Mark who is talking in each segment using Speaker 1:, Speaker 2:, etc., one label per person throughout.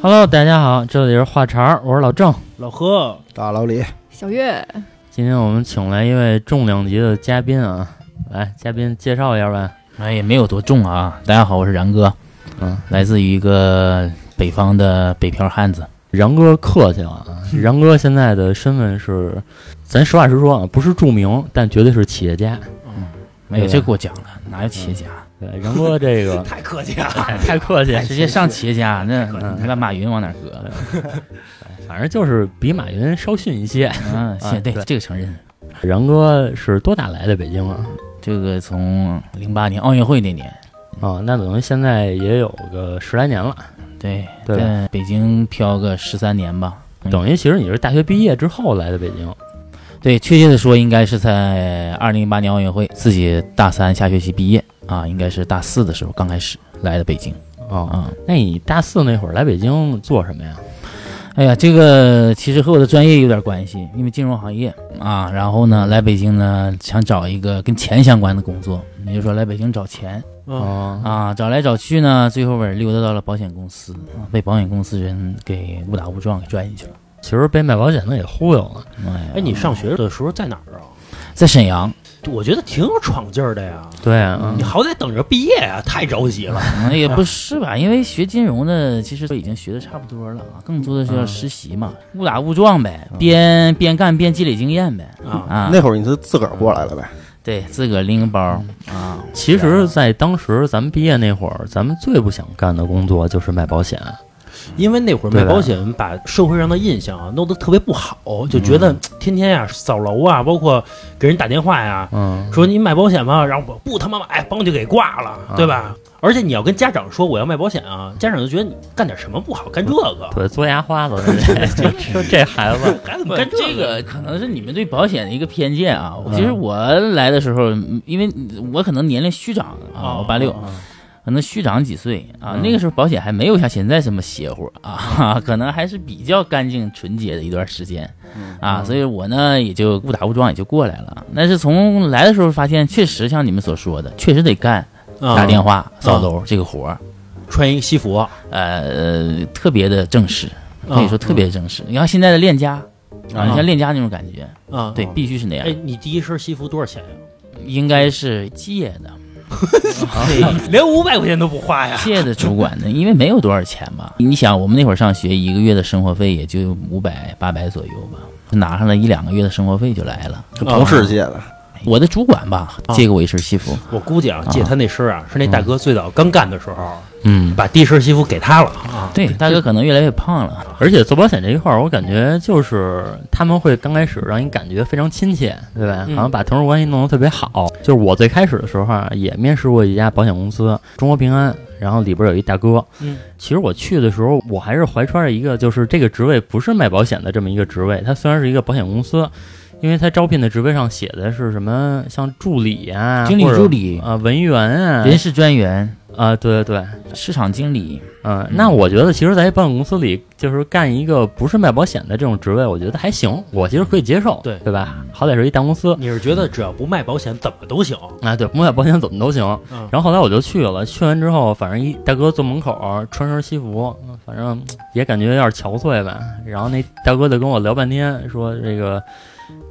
Speaker 1: Hello，大家好，这里是话茬儿，我是老郑。
Speaker 2: 老贺，
Speaker 3: 大老李，
Speaker 4: 小月，
Speaker 1: 今天我们请来一位重量级的嘉宾啊，来，嘉宾介绍一下吧。
Speaker 5: 哎，也没有多重啊。大家好，我是然哥，
Speaker 1: 嗯，
Speaker 2: 啊
Speaker 5: 来自于一个北方的北漂汉子。
Speaker 1: 然哥客气了啊，
Speaker 2: 嗯
Speaker 1: 然哥现在的身份是，咱实话实说啊，不是著名，但绝对是企业家。
Speaker 5: 哎呦，这给我讲了，哪有企业家？
Speaker 1: 对，然 哥这个
Speaker 2: 太客气了。
Speaker 1: 太客气，
Speaker 5: 哎直接上嗯企业家，那
Speaker 1: 嗯
Speaker 5: 你把马云往哪儿搁？
Speaker 1: 反正就是比马云稍逊一些。
Speaker 5: 嗯，现 对
Speaker 1: 对
Speaker 5: 这个承认。
Speaker 1: 然哥是多大来的北京啊？
Speaker 5: 这个从零八年奥运会那年，
Speaker 1: 啊，那等于现在也有个十来年了，
Speaker 2: 嗯
Speaker 5: 对，
Speaker 1: 对吧
Speaker 5: 在北京漂个十三年吧。
Speaker 1: 等于其实你是大学毕业之后来的北京。
Speaker 5: 对，确切的说，应该是在二零零八年奥运会，自己大三下学期毕业啊，应该是大四的时候刚开始来的北京
Speaker 1: 哦，
Speaker 5: 啊。
Speaker 1: 那你大四那会儿来北京做什么呀？
Speaker 5: 哎呀，这个其实和我的专业有点关系，因为金融行业啊。然后呢，来北京呢，想找一个跟钱相关的工作，也就是说来北京找钱
Speaker 2: 嗯，
Speaker 1: 哦
Speaker 5: 啊。找来找去呢，最后边溜达到了保险公司，啊被保险公司人给误打误撞给拽进去了。
Speaker 1: 其实被卖保险的也忽悠了。
Speaker 5: 哎呀，
Speaker 2: 哎，你上学的时候在哪儿啊？
Speaker 5: 在沈阳，
Speaker 2: 我觉得挺有闯劲儿的呀。
Speaker 1: 对啊
Speaker 2: 你，好歹等着毕业啊，太着急了。
Speaker 5: 嗯也不是吧？因为学金融的其实都已经学的差不多了啊，更多的是要
Speaker 1: 嗯
Speaker 5: 实习嘛，误打误撞呗，边边干边积累经验呗。
Speaker 2: 啊，
Speaker 5: 啊，
Speaker 3: 那会儿你是自个儿过来了呗？
Speaker 5: 对自个儿拎个包啊，
Speaker 1: 其实，在当时咱们毕业那会儿，咱们最不想干的工作就是卖保险。
Speaker 2: 因为那会儿
Speaker 1: 对
Speaker 2: 卖
Speaker 1: 吧
Speaker 2: 保险，把社会上的印象啊弄得特别不好，就觉
Speaker 5: 嗯
Speaker 2: 得天天呀扫楼啊，包括给人打电话呀，
Speaker 1: 嗯，
Speaker 2: 说你买保险吗？然后我不他妈买，帮就给挂
Speaker 5: 啊
Speaker 2: 了，对吧？而且你要跟家长说我要卖保险啊，家长就觉得你干点什么不好，干这个，
Speaker 1: 对，嘬牙花 子，这这这孩子，
Speaker 2: 孩子
Speaker 5: 不
Speaker 2: 们干
Speaker 5: 这
Speaker 2: 个嗯
Speaker 5: 个可能是你们对保险的一个偏见啊。其实我来的时候，嗯因为我可能年龄虚长啊，
Speaker 2: 哦嗯
Speaker 5: 我八六，可能虚长几岁啊。那个时候保险还没有像现在这么邪乎啊， 可能还是比较干净纯洁的一段时间
Speaker 2: 嗯
Speaker 5: 啊。所以我呢也就误打误撞也就过来了。但是从来的时候发现，确实像你们所说的，确实得干
Speaker 2: 啊
Speaker 5: 打电话扫楼这个活儿，
Speaker 2: 穿一个西服，啊
Speaker 5: 呃，特别的正式，可
Speaker 2: 嗯
Speaker 5: 以说特别正式。你看现在的链家啊，你像链家那种感觉。
Speaker 2: 啊，
Speaker 5: 对，必须是那样
Speaker 2: 哎，，你第一身西服多少钱呀？
Speaker 5: 应该是借 的，
Speaker 2: 连五百块钱都不花呀？
Speaker 5: 借的主管的，因为没有多少钱吧。 你想，我们那会儿上学，一个月的生活费也就五百八百左右吧，拿上了一两个月的生活费就来了。啊
Speaker 3: 跟同事借的，
Speaker 5: 我的主管吧，借给我一身西服，
Speaker 2: 我估计啊，借他那身啊，是那大哥最早刚干的时候，
Speaker 5: 嗯，
Speaker 2: 把第一身西服给他了啊。
Speaker 5: 对，大哥可能越来越胖了，
Speaker 1: 而且做保险这一块儿，我感觉就是他们会刚开始让你感觉非常亲切，对吧？
Speaker 2: 嗯
Speaker 1: 好像把同事关系弄得特别好。就是我最开始的时候啊，也面试过一家保险公司，中国平安，然后里边有一大哥。
Speaker 2: 嗯，
Speaker 1: 其实我去的时候，我还是怀揣着一个就是这个职位不是卖保险的这么一个职位，它虽然是一个保险公司。因为它招聘的职位上写的是什么，像助理啊、
Speaker 5: 经理
Speaker 1: 或者
Speaker 5: 助理
Speaker 1: 啊、文员啊、
Speaker 5: 人事专员、
Speaker 1: 啊、对对对，
Speaker 5: 市场经理，
Speaker 1: 嗯，那我觉得其实，在保险公司里，就是干一个不是卖保险的这种职位，我觉得还行，我其实可以接受，
Speaker 2: 对
Speaker 1: 对吧？好歹是一大公司
Speaker 2: 你是觉得只要不卖保险，怎么都行？
Speaker 1: 啊，对，不卖保险怎么都行。
Speaker 2: 嗯
Speaker 1: 然后后来我就去了，去完之后，反正一大哥坐门口穿身西服，嗯反正也感觉有点憔悴吧。然后那大哥就跟我聊半天，说这个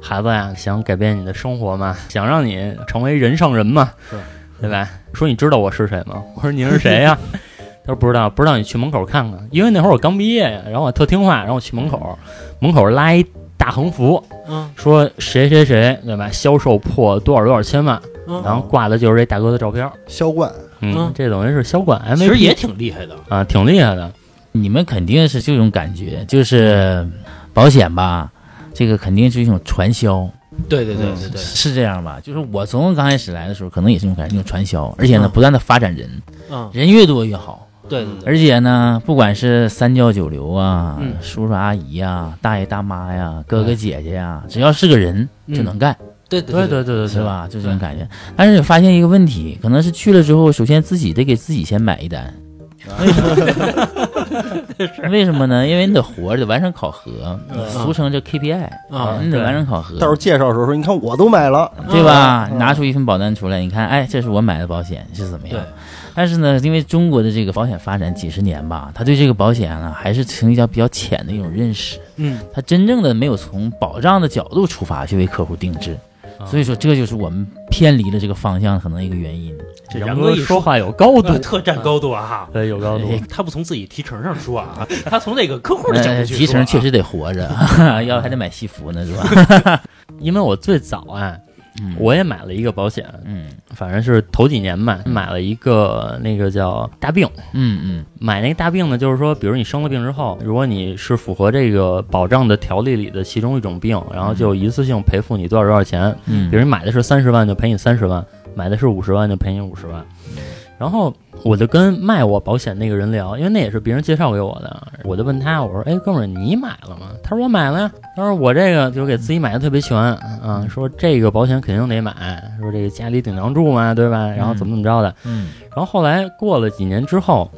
Speaker 1: 孩子呀，想改变你的生活嘛，想让你成为人上人嘛，
Speaker 2: 是
Speaker 1: 对吧？说你知道我是谁吗？我说您是谁 呀？他说不知道，不知道你去门口看看，因为那会儿我刚毕业呀，然后我特听话，然后我去门口，门口拉一大横幅，
Speaker 2: 嗯
Speaker 1: 说谁谁谁对吧？销售破多少多少千万，
Speaker 2: 嗯，
Speaker 1: 然后挂的就是这大哥的照片。
Speaker 3: 销冠
Speaker 1: 嗯
Speaker 2: 嗯，
Speaker 1: 这等于是销冠 MVP，
Speaker 2: 其实也挺厉害的。
Speaker 1: 啊，挺厉害的。
Speaker 5: 你们肯定是这种感觉，就是保险吧，这个肯定是一种传销。
Speaker 2: 对对对对对，
Speaker 5: 是这样吧？就是我从刚开始来的时候，可能也是用感觉用传销，而且呢，
Speaker 2: 嗯
Speaker 5: 不断的发展人，
Speaker 2: 嗯，
Speaker 5: 人越多越好。
Speaker 2: 对对对，
Speaker 5: 嗯而且呢，不管是三教九流啊，
Speaker 2: 嗯
Speaker 5: 叔叔阿姨呀、大爷大妈呀、哥哥姐姐呀、只要是个人
Speaker 2: 嗯
Speaker 5: 就能干，
Speaker 2: 对
Speaker 1: 对
Speaker 2: 对
Speaker 1: 对对对，
Speaker 5: 是？吧？就这种感觉。但是发现一个问题，可能是去了之后，首先自己得给自己先买一单。
Speaker 2: 啊
Speaker 5: 为什么？ 为什么呢？因为你得活着，得完成考核，俗称叫 KPI
Speaker 2: 嗯啊
Speaker 5: 你得完成考核。
Speaker 3: 到时候介绍的时候说，你看我都买了，
Speaker 5: 嗯对吧？拿出一份保单出来，你看，哎，这是我买的保险是怎么样
Speaker 2: 对？
Speaker 5: 但是呢，因为中国的这个保险发展几十年吧，他对这个保险呢还是存一较比较浅的一种认识，
Speaker 2: 嗯，
Speaker 5: 他真正的没有从保障的角度出发去为客户定制，
Speaker 1: 啊
Speaker 5: 所以说这就是我们偏离了这个方向可能一个原因。
Speaker 2: 这
Speaker 1: 然
Speaker 2: 然
Speaker 1: 哥
Speaker 2: 哥一
Speaker 1: 说话有高度
Speaker 2: 呃，特占高度啊哈。
Speaker 1: 对，有高度。
Speaker 5: 哎
Speaker 2: 他不从自己提成上说啊，他从那个客户的角
Speaker 5: 呃
Speaker 2: 度去说啊
Speaker 5: 提成确实得活着， 要不还得买西服呢，是吧？
Speaker 1: 因为我最早啊，
Speaker 5: 嗯
Speaker 1: 我也买了一个保险，
Speaker 5: 嗯
Speaker 1: 反正是头几年买，买了一个那个叫大病。
Speaker 5: 嗯嗯
Speaker 1: 买那个大病呢，就是说，比如你生了病之后，如果你是符合这个保障的条例里的其中一种病，然后就一次性赔付你多少多少钱。
Speaker 5: 嗯，
Speaker 1: 比如你买的是三十万，就赔你三十万；买的是五十万，就赔你五十万。然后我就跟卖我保险那个人聊，因为那也是别人介绍给我的，我就问他，我说：“哎，哥们儿，你买了吗？”他说：“我买了呀。”他说：“我这个就是给自己买的特别全啊，说这个保险肯定得买，说这个家里顶梁柱嘛，对吧？然后怎么怎么着的。”
Speaker 5: 嗯
Speaker 1: 然后后来过了几年之后，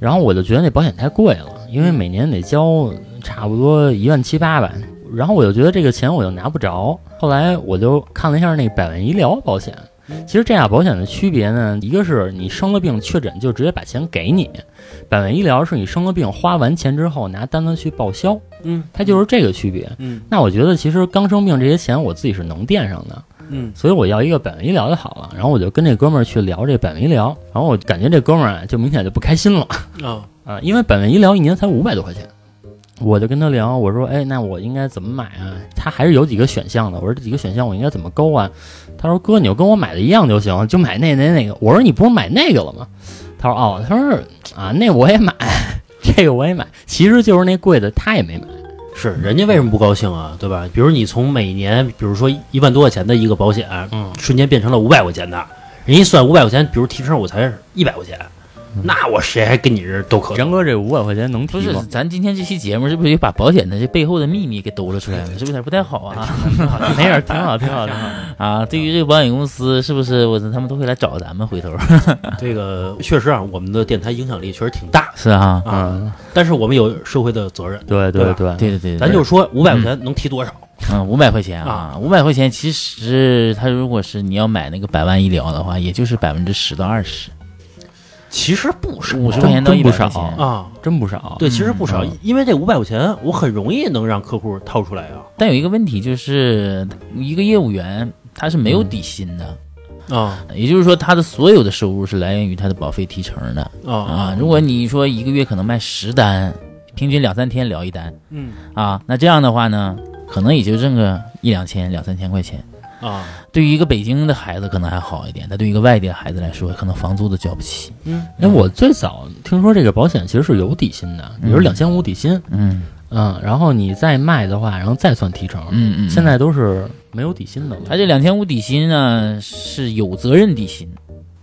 Speaker 1: 然后我就觉得那保险太贵了，因为每年得交差不多一万七八百，然后我就觉得这个钱我又拿不着。后来我就看了一下那百万医疗保险，其实这俩保险的区别呢，一个是你生了病确诊就直接把钱给你，百万医疗是你生了病花完钱之后拿单子去报销，
Speaker 2: 嗯，
Speaker 1: 它就是这个区别。
Speaker 2: 嗯
Speaker 1: 那我觉得其实刚生病这些钱我自己是能垫上的，
Speaker 2: 嗯
Speaker 1: 所以我要一个百万医疗就好了。然后我就跟这哥们儿去聊这百万医疗，然后我感觉这哥们儿啊就明显就不开心了
Speaker 2: 啊
Speaker 1: 啊，因为百万医疗一年才五百多块钱。我就跟他聊，我说，哎，那我应该怎么买啊？他还是有几个选项的。我说这几个选项我应该怎么勾啊？他说哥，你就跟我买的一样就行，就买那那那个。我说你不是买那个了吗？他说哦，他说啊，那我也买，这个我也买，其实就是那贵的他也没买。
Speaker 2: 是人家为什么不高兴啊？对吧？比如你从每年，比如说一万多块钱的一个保险，
Speaker 1: 嗯，
Speaker 2: 瞬间变成了五百块钱的，人一算五百块钱，比如提成我才一百块钱，那我谁还跟你这都可
Speaker 1: 然哥这五百块钱能提
Speaker 5: 不是
Speaker 1: 吗？，
Speaker 5: 咱今天这期节目是不是也把保险的这背后的秘密给兜了出来了？是不是有点不太好啊？
Speaker 1: 没事儿，挺好，挺好，挺好。
Speaker 5: 啊，对于这个保险公司，是不是我他们都会来找咱们？回头
Speaker 2: 这个确实啊，我们的电台影响力确实挺大
Speaker 5: 是啊，
Speaker 2: 啊，但是我们有社会的责任，
Speaker 1: 对
Speaker 2: 对吧
Speaker 1: 对，
Speaker 5: 对对对，对
Speaker 2: 咱就说五百块钱能提多少？
Speaker 5: 嗯，五百块钱啊，五百块钱，其实它如果是你要买那个百万医疗的话，也就是百分之十到二十，
Speaker 2: 其实不少
Speaker 5: 五十块钱到
Speaker 1: 真
Speaker 5: 一
Speaker 1: 不
Speaker 5: 百
Speaker 1: 少
Speaker 5: 块钱。
Speaker 2: 啊，
Speaker 1: 真不少。
Speaker 2: 对，其实不少，因为这五百块钱我很容易能让客户掏出来啊
Speaker 5: 但有一个问题就是，一个业务员他是没有底薪的，
Speaker 2: 啊
Speaker 5: 也就是说他的所有的收入是来源于他的保费提成的
Speaker 2: 啊
Speaker 5: 啊。如果你说一个月可能卖十单，平均两三天聊一单
Speaker 2: 嗯
Speaker 5: 啊，那这样的话呢，可能也就挣个一两千、两三千块钱。
Speaker 2: 啊
Speaker 5: 对于一个北京的孩子可能还好一点，但对于一个外地的孩子来说，可能房租都交不起。
Speaker 2: 嗯
Speaker 1: 哎，我最早听说这个保险其实是有底薪的，比如两千五底薪，
Speaker 5: 嗯
Speaker 1: 嗯，然后你再卖的话，然后再算提成。
Speaker 5: 嗯嗯，
Speaker 1: 现在都是没有底薪的了。
Speaker 5: 他这两千五底薪呢是有责任底薪。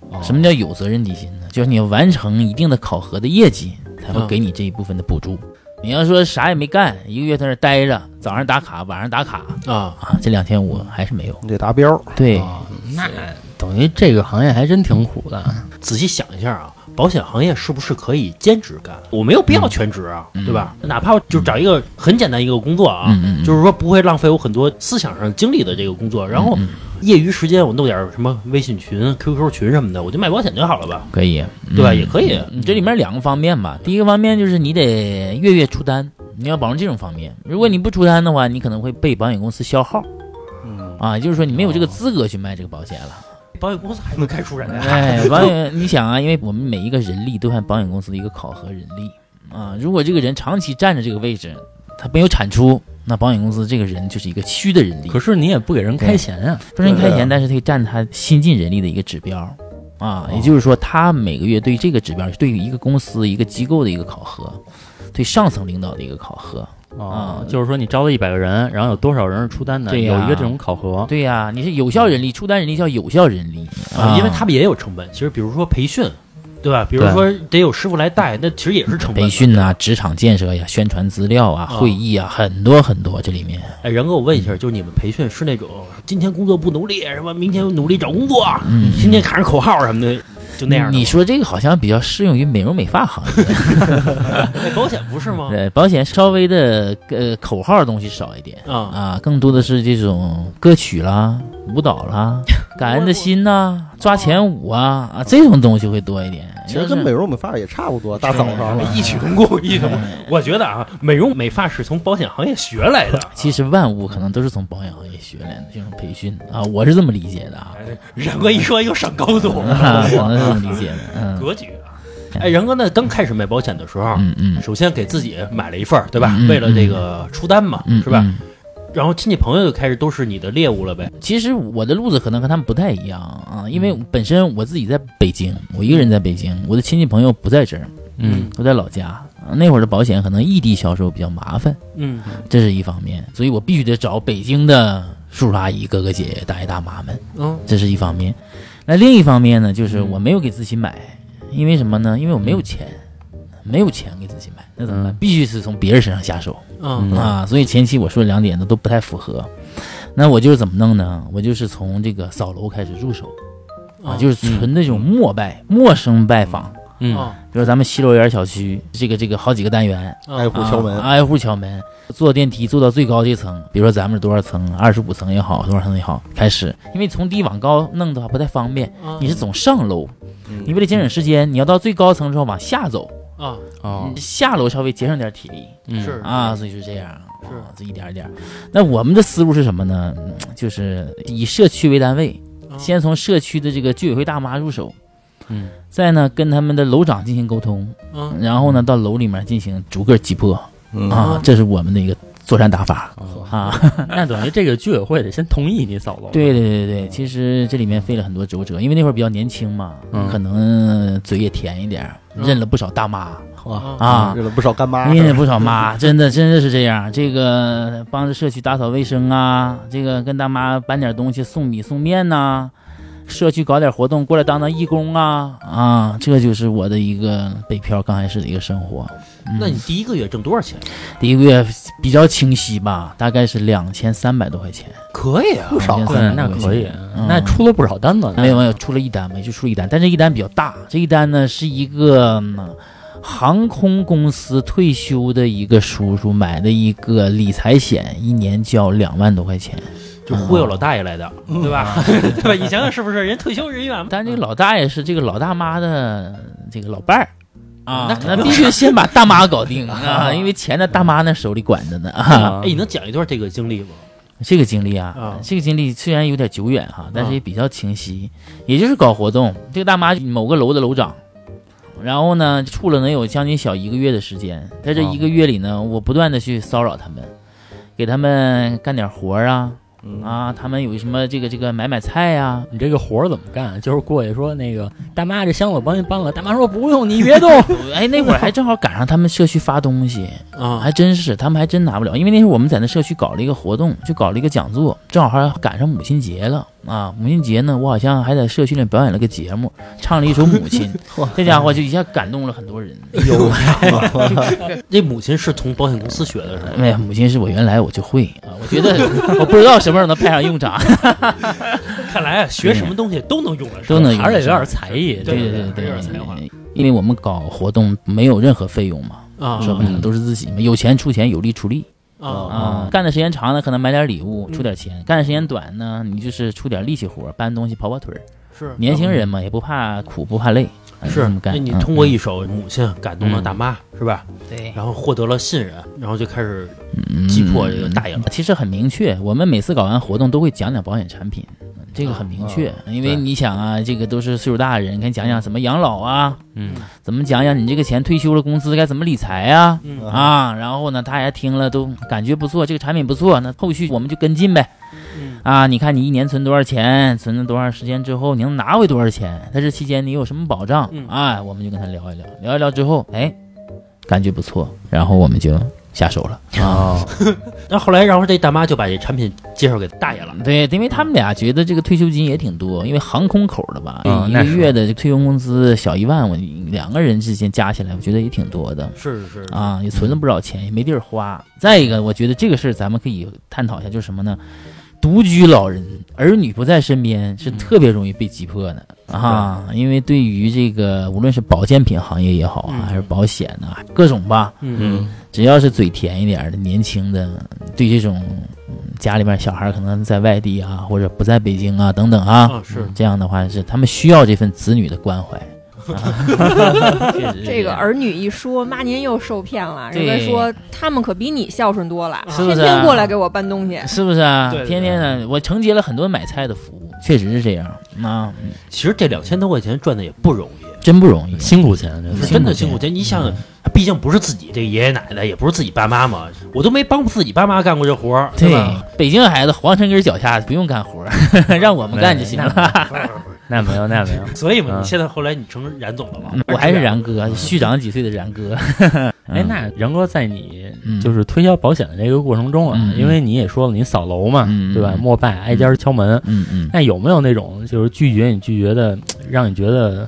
Speaker 1: 哦
Speaker 5: 什么叫有责任底薪呢？就是你完成一定的考核的业绩，才会给你这一部分的补助。你要说啥也没干，一个月在那儿待着，早上打卡，晚上打卡
Speaker 2: 啊
Speaker 5: 啊，这两千五还是没有。
Speaker 3: 你得达标，
Speaker 5: 对，
Speaker 1: 哦那等于这个行业还真挺苦的。
Speaker 5: 嗯
Speaker 2: 仔细想一下啊，保险行业是不是可以兼职干？我没有必要全职啊，对吧？哪怕我就找一个很简单一个工作啊，
Speaker 5: 嗯嗯嗯嗯
Speaker 2: 就是说不会浪费我很多思想上精力的这个工作，然
Speaker 5: 嗯
Speaker 2: 后业余时间我弄点什么微信群、QQ 群什么的，我就卖保险就好了吧，
Speaker 5: 可以，
Speaker 2: 对吧？也可以，
Speaker 5: 嗯这里面两个方面吧。第一个方面就是你得月月出单，你要保证这种方面。如果你不出单的话，你可能会被保险公司消耗。啊，也就是说你没有这个资格去卖这个保险了。
Speaker 2: 保险公司还能开除人啊？
Speaker 5: 哎，保险，你想啊，因为我们每一个人力都按保险公司的一个考核人力啊，如果这个人长期站着这个位置，他没有产出，那保险公司这个人就是一个虚的人力
Speaker 1: 可，是你也不给人开钱啊，
Speaker 5: 不是你开
Speaker 3: 对
Speaker 5: 钱，
Speaker 3: 啊
Speaker 5: 但是他占他新进人力的一个指标
Speaker 2: 哦
Speaker 5: 啊，也就是说，他每个月对这个指标是对于一个公司、一个机构的一个考核，对上层领导的一个考核。
Speaker 1: 哦，就是说你招了一百个人，然后有多少人是出单的，
Speaker 5: 啊对
Speaker 1: 有
Speaker 5: 呀
Speaker 1: 一个这种考核。
Speaker 5: 对呀、你是有效人力，出单人力叫有效人力
Speaker 2: 啊，因为他们也有成本。其实比如说培训，对吧？比如
Speaker 1: 对
Speaker 2: 说得有师傅来带，那其实也是成本
Speaker 5: 培
Speaker 2: 的。
Speaker 5: 训呐、职场建设呀、宣传资料啊、
Speaker 2: 啊
Speaker 5: 会议啊，很多很多，这里面。
Speaker 2: 哎，然哥，我问一
Speaker 5: 嗯
Speaker 2: 下，就是你们培训是那种今天工作不努力，什么明天努力找工作，天天喊着口号什么的，就那样的吗。
Speaker 5: 嗯你说这个好像比较适用于美容美发行业，
Speaker 2: 哎保险不是吗？
Speaker 5: 对保险稍微的呃口号东西少一点
Speaker 2: 啊，
Speaker 5: 啊，更多的是这种歌曲啦、舞蹈啦、感恩的心呐、抓钱舞啊啊这种东西会多一点。
Speaker 3: 其实跟美容美发也差不多，大早上了，
Speaker 2: 异曲同工，异曲同工。
Speaker 5: 嗯
Speaker 2: 我觉得啊，美容美发是从保险行业学来的。
Speaker 5: 其实万物可能都是从保险行业学来的这种培训啊，我是这么理解 的啊，
Speaker 2: 冉哎哥一说又上高度，
Speaker 5: 啊可能是这么理解的，嗯
Speaker 2: 格局啊！哎，冉哥，那刚开始卖保险的时候，
Speaker 5: 嗯嗯，
Speaker 2: 首先给自己买了一份儿，对吧？
Speaker 5: 嗯嗯
Speaker 2: 为了这个出单嘛，
Speaker 5: 嗯
Speaker 2: 是吧？
Speaker 5: 嗯
Speaker 2: 然后亲戚朋友就开始都是你的猎物了呗。
Speaker 5: 其实我的路子可能和他们不太一样啊，因为本身我自己在北京，我一个人在北京，我的亲戚朋友不在这儿，
Speaker 1: 嗯
Speaker 5: 都在老家。啊那会儿的保险可能异地销售比较麻烦，
Speaker 2: 嗯，
Speaker 5: 这是一方面，所以我必须得找北京的叔叔阿姨、哥哥姐姐、大爷大妈们，
Speaker 2: 嗯，
Speaker 5: 这是一方面。那另一方面呢，就是我没有给自己买，因为什么呢？因为我没有钱，没有钱给自己买，那怎么办？必须是从别人身上下手。
Speaker 2: 嗯
Speaker 5: 啊，所以前期我说两点呢都不太符合。那我就是怎么弄呢？我就是从这个扫楼开始入手
Speaker 3: 哦
Speaker 5: 啊，就是是纯那种
Speaker 3: 嗯
Speaker 5: 陌拜、陌生拜访。
Speaker 1: 嗯
Speaker 2: 啊
Speaker 5: 比如咱们西楼园小区，这个这个好几个单元，
Speaker 3: 挨户敲门
Speaker 5: 啊，，挨户敲门，坐电梯坐到最高这层，比如说咱们是多少层，二十五层也好，多少层也好，开始，因为从低往高弄的话不太方便，
Speaker 2: 嗯
Speaker 5: 你是总上楼，
Speaker 3: 嗯
Speaker 5: 你为了节省时间，你要到最高层之后往下走，
Speaker 2: 啊，
Speaker 1: 哦
Speaker 5: 下楼稍微节省点体力，
Speaker 1: 嗯
Speaker 2: 是
Speaker 5: 啊，所以是这样，
Speaker 2: 是
Speaker 5: 啊这一点儿一点儿。那我们的思路是什么呢？嗯就是以社区为单位，
Speaker 2: 啊
Speaker 5: 先从社区的这个居委会大妈入手，
Speaker 1: 嗯，
Speaker 5: 再呢跟他们的楼长进行沟通，
Speaker 2: 嗯
Speaker 5: 然后呢到楼里面进行逐个击破
Speaker 3: 嗯，
Speaker 5: 啊，这是我们的一个作战打法
Speaker 1: 哦
Speaker 5: 啊。
Speaker 1: 那等于这个居委会得先同意你扫楼。
Speaker 5: 对对对对，其实这里面费了很多周折，因为那会儿比较年轻嘛，
Speaker 1: 嗯
Speaker 5: 可能嘴也甜一点儿，
Speaker 2: 嗯
Speaker 5: 认了不少大妈
Speaker 2: 啊
Speaker 5: 啊，
Speaker 3: 认了不少干妈，
Speaker 5: 也不少妈，真的真的是这样。这个帮着社区打扫卫生啊，这个跟大妈搬点东西送米送面呐、社区搞点活动过来当当义工啊啊，这就是我的一个北漂刚开始的一个生活。嗯
Speaker 2: 那你第一个月挣多少钱？
Speaker 5: 第一个月比较清晰吧，大概是两千三百多块钱，
Speaker 2: 可以啊，
Speaker 3: 不少
Speaker 5: 两千
Speaker 1: 对
Speaker 5: 三，百
Speaker 1: 那
Speaker 5: 多块
Speaker 1: 可以
Speaker 5: 钱，
Speaker 1: 那
Speaker 5: 嗯
Speaker 1: 出了不少单子呢。
Speaker 5: 没有没有，出了一单，没就出了一单，但这一单比较大，这一单呢是一个、嗯航空公司退休的一个叔叔买的一个理财险，一年交两万多块钱。
Speaker 2: 就忽悠老大爷来的，
Speaker 5: 嗯
Speaker 2: 对吧？
Speaker 5: 啊
Speaker 2: 对吧？你想想是不是？人退休人员嘛，
Speaker 5: 但这个老大爷是这个老大妈的这个老伴儿。啊，
Speaker 2: 那
Speaker 5: 那必须先把大妈搞定啊，因为钱在大妈那手里管着呢啊。
Speaker 1: 啊
Speaker 2: 哎，你能讲一段这个经历吗？
Speaker 5: 这个经历啊，
Speaker 2: 啊
Speaker 5: 这个经历虽然有点久远哈、但
Speaker 2: 啊
Speaker 5: 是也比较清晰。也就是搞活动，这个大妈某个楼的楼长，然后呢，处了能有将近小一个月的时间，在这
Speaker 1: 哦
Speaker 5: 一个月里
Speaker 2: 啊
Speaker 5: 呢，我不断的去骚扰他们，给他们干点活儿啊
Speaker 2: 嗯
Speaker 5: 啊，他们有什么这个这个买买菜啊呀、
Speaker 1: 你这个活儿怎么干？就是过去说那个大妈，这箱子我帮你搬了。大妈说不用，你别动。
Speaker 5: 哎，那会儿还正好赶上他们社区发东西，
Speaker 2: 啊，
Speaker 5: 还真是，他们还真拿不了，因为那时候我们在那社区搞了一个活动，就搞了一个讲座，正好还赶上母亲节了啊！母亲节呢，我好像还在社区里表演了个节目，唱了一首《母亲》，这家伙就一下感动了很多人。
Speaker 2: 有这母亲是从保险公司学的，是吧？
Speaker 5: 哎呀，母亲是我原来我就会啊，我觉得我不知道什么时候能派上用场，
Speaker 2: 看来啊学什么东西都能用了，是吧
Speaker 5: 嗯都能用
Speaker 1: 还是得有
Speaker 5: 上
Speaker 1: 点才艺。
Speaker 5: 对
Speaker 2: 对
Speaker 5: 对
Speaker 2: 还是有才华
Speaker 5: 因为我们搞活动没有任何费用嘛，
Speaker 2: 啊
Speaker 5: 说白了都是自己嘛，有钱出钱，有力出力。
Speaker 2: 啊
Speaker 5: 啊
Speaker 1: 啊，
Speaker 5: 干的时间长呢，可能买点礼物，
Speaker 2: 嗯
Speaker 5: 出点钱；干的时间短呢，你就是出点力气活，搬东西、跑跑腿儿。
Speaker 2: 是啊
Speaker 5: 年轻人嘛，也不怕苦，不怕累，哎
Speaker 2: 嗯是
Speaker 5: 这么，干。
Speaker 2: 那你
Speaker 5: 嗯
Speaker 2: 通过一首《母亲》感动了
Speaker 5: 嗯
Speaker 2: 大妈，是吧？
Speaker 5: 对
Speaker 2: 然后获得了信任，然后就开始
Speaker 5: 嗯
Speaker 2: 击破这个大爷了。
Speaker 5: 其实很明确，我们每次搞完活动都会讲讲保险产品，这
Speaker 2: 啊
Speaker 5: 个很明确。因为你想啊，这个都是岁数大的人，跟讲讲怎么养老啊，
Speaker 1: 嗯，
Speaker 5: 怎么讲讲你这个钱退休了工资该怎么理财啊。
Speaker 2: 嗯
Speaker 5: 啊，然后呢，大家听了都感觉不错，这个产品不错，那后续我们就跟进呗。
Speaker 2: 嗯
Speaker 5: 啊，你看你一年存多少钱，存了多长时间之后，你能拿回多少钱？在这期间你有什么保障？
Speaker 2: 嗯
Speaker 5: 啊，我们就跟他聊一聊，聊一聊之后，哎，感觉不错，然后我们就下手了。
Speaker 1: 哦，
Speaker 2: 那后来，然后这大妈就把这产品介绍给大爷了。
Speaker 5: 对，因为他们俩觉得这个退休金也挺多，因为航空口的吧，
Speaker 1: 嗯
Speaker 5: 一
Speaker 1: 那
Speaker 5: 个
Speaker 1: 是
Speaker 5: 月的这退休工资小一万，我两个人之间加起来，我觉得也挺多的。
Speaker 2: 是是是，
Speaker 5: 啊，也存了不少钱，也没地儿花。再一个，我觉得这个事儿咱们可以探讨一下，就是什么呢？独居老人，儿女不在身边，是特别容易被击破的、啊！因为对于这个，无论是保健品行业也好啊，
Speaker 2: 嗯
Speaker 5: 还是保险呐、各种吧，
Speaker 2: 嗯
Speaker 5: 只要是嘴甜一点儿的、年轻的，对这种嗯家里面小孩儿可能在外地
Speaker 1: 嗯
Speaker 5: 啊，或者不在北京啊等等啊，
Speaker 2: 啊是
Speaker 5: 这样的话是他们需要这份子女的关怀。确实是
Speaker 4: 这个儿女一说，妈您又受骗了。人家
Speaker 5: 对
Speaker 4: 说他们可比你孝顺多
Speaker 2: 啊
Speaker 4: 了，
Speaker 5: 是不
Speaker 4: 天
Speaker 5: 是
Speaker 4: 天过来给我搬东西。
Speaker 5: 是不是啊
Speaker 2: 对对？对
Speaker 5: 天天的，我承接了很多买菜的服务，确实是这样啊，嗯
Speaker 2: 其实这两千多块钱赚的也不容易，
Speaker 5: 真不容易。
Speaker 1: 辛苦钱，这
Speaker 2: 是
Speaker 1: 是
Speaker 2: 真的辛苦钱。你想想，毕竟不是自己这爷爷奶奶，也不是自己爸妈嘛，我都没帮自己爸妈干过这活儿，
Speaker 5: 对
Speaker 2: 吧？，
Speaker 5: 北京孩子皇城根儿脚下不用干活儿， 让我们干就行了。
Speaker 1: 哎那没有，那 没有。
Speaker 2: 所以嘛，
Speaker 1: 嗯
Speaker 2: 你现在后来你成冉总了嘛？
Speaker 5: 嗯我还是然哥，虚长几岁的然哥。
Speaker 1: 哎，那然哥在你
Speaker 5: 嗯
Speaker 1: 就是推销保险的这个过程中啊，
Speaker 5: 嗯嗯
Speaker 1: 因为你也说了，你扫楼嘛，
Speaker 5: 嗯嗯
Speaker 1: 对吧？
Speaker 5: 嗯
Speaker 1: 膜拜挨家敲门，
Speaker 5: 嗯嗯，
Speaker 1: 那有没有那种就是拒绝你拒绝的，让你觉得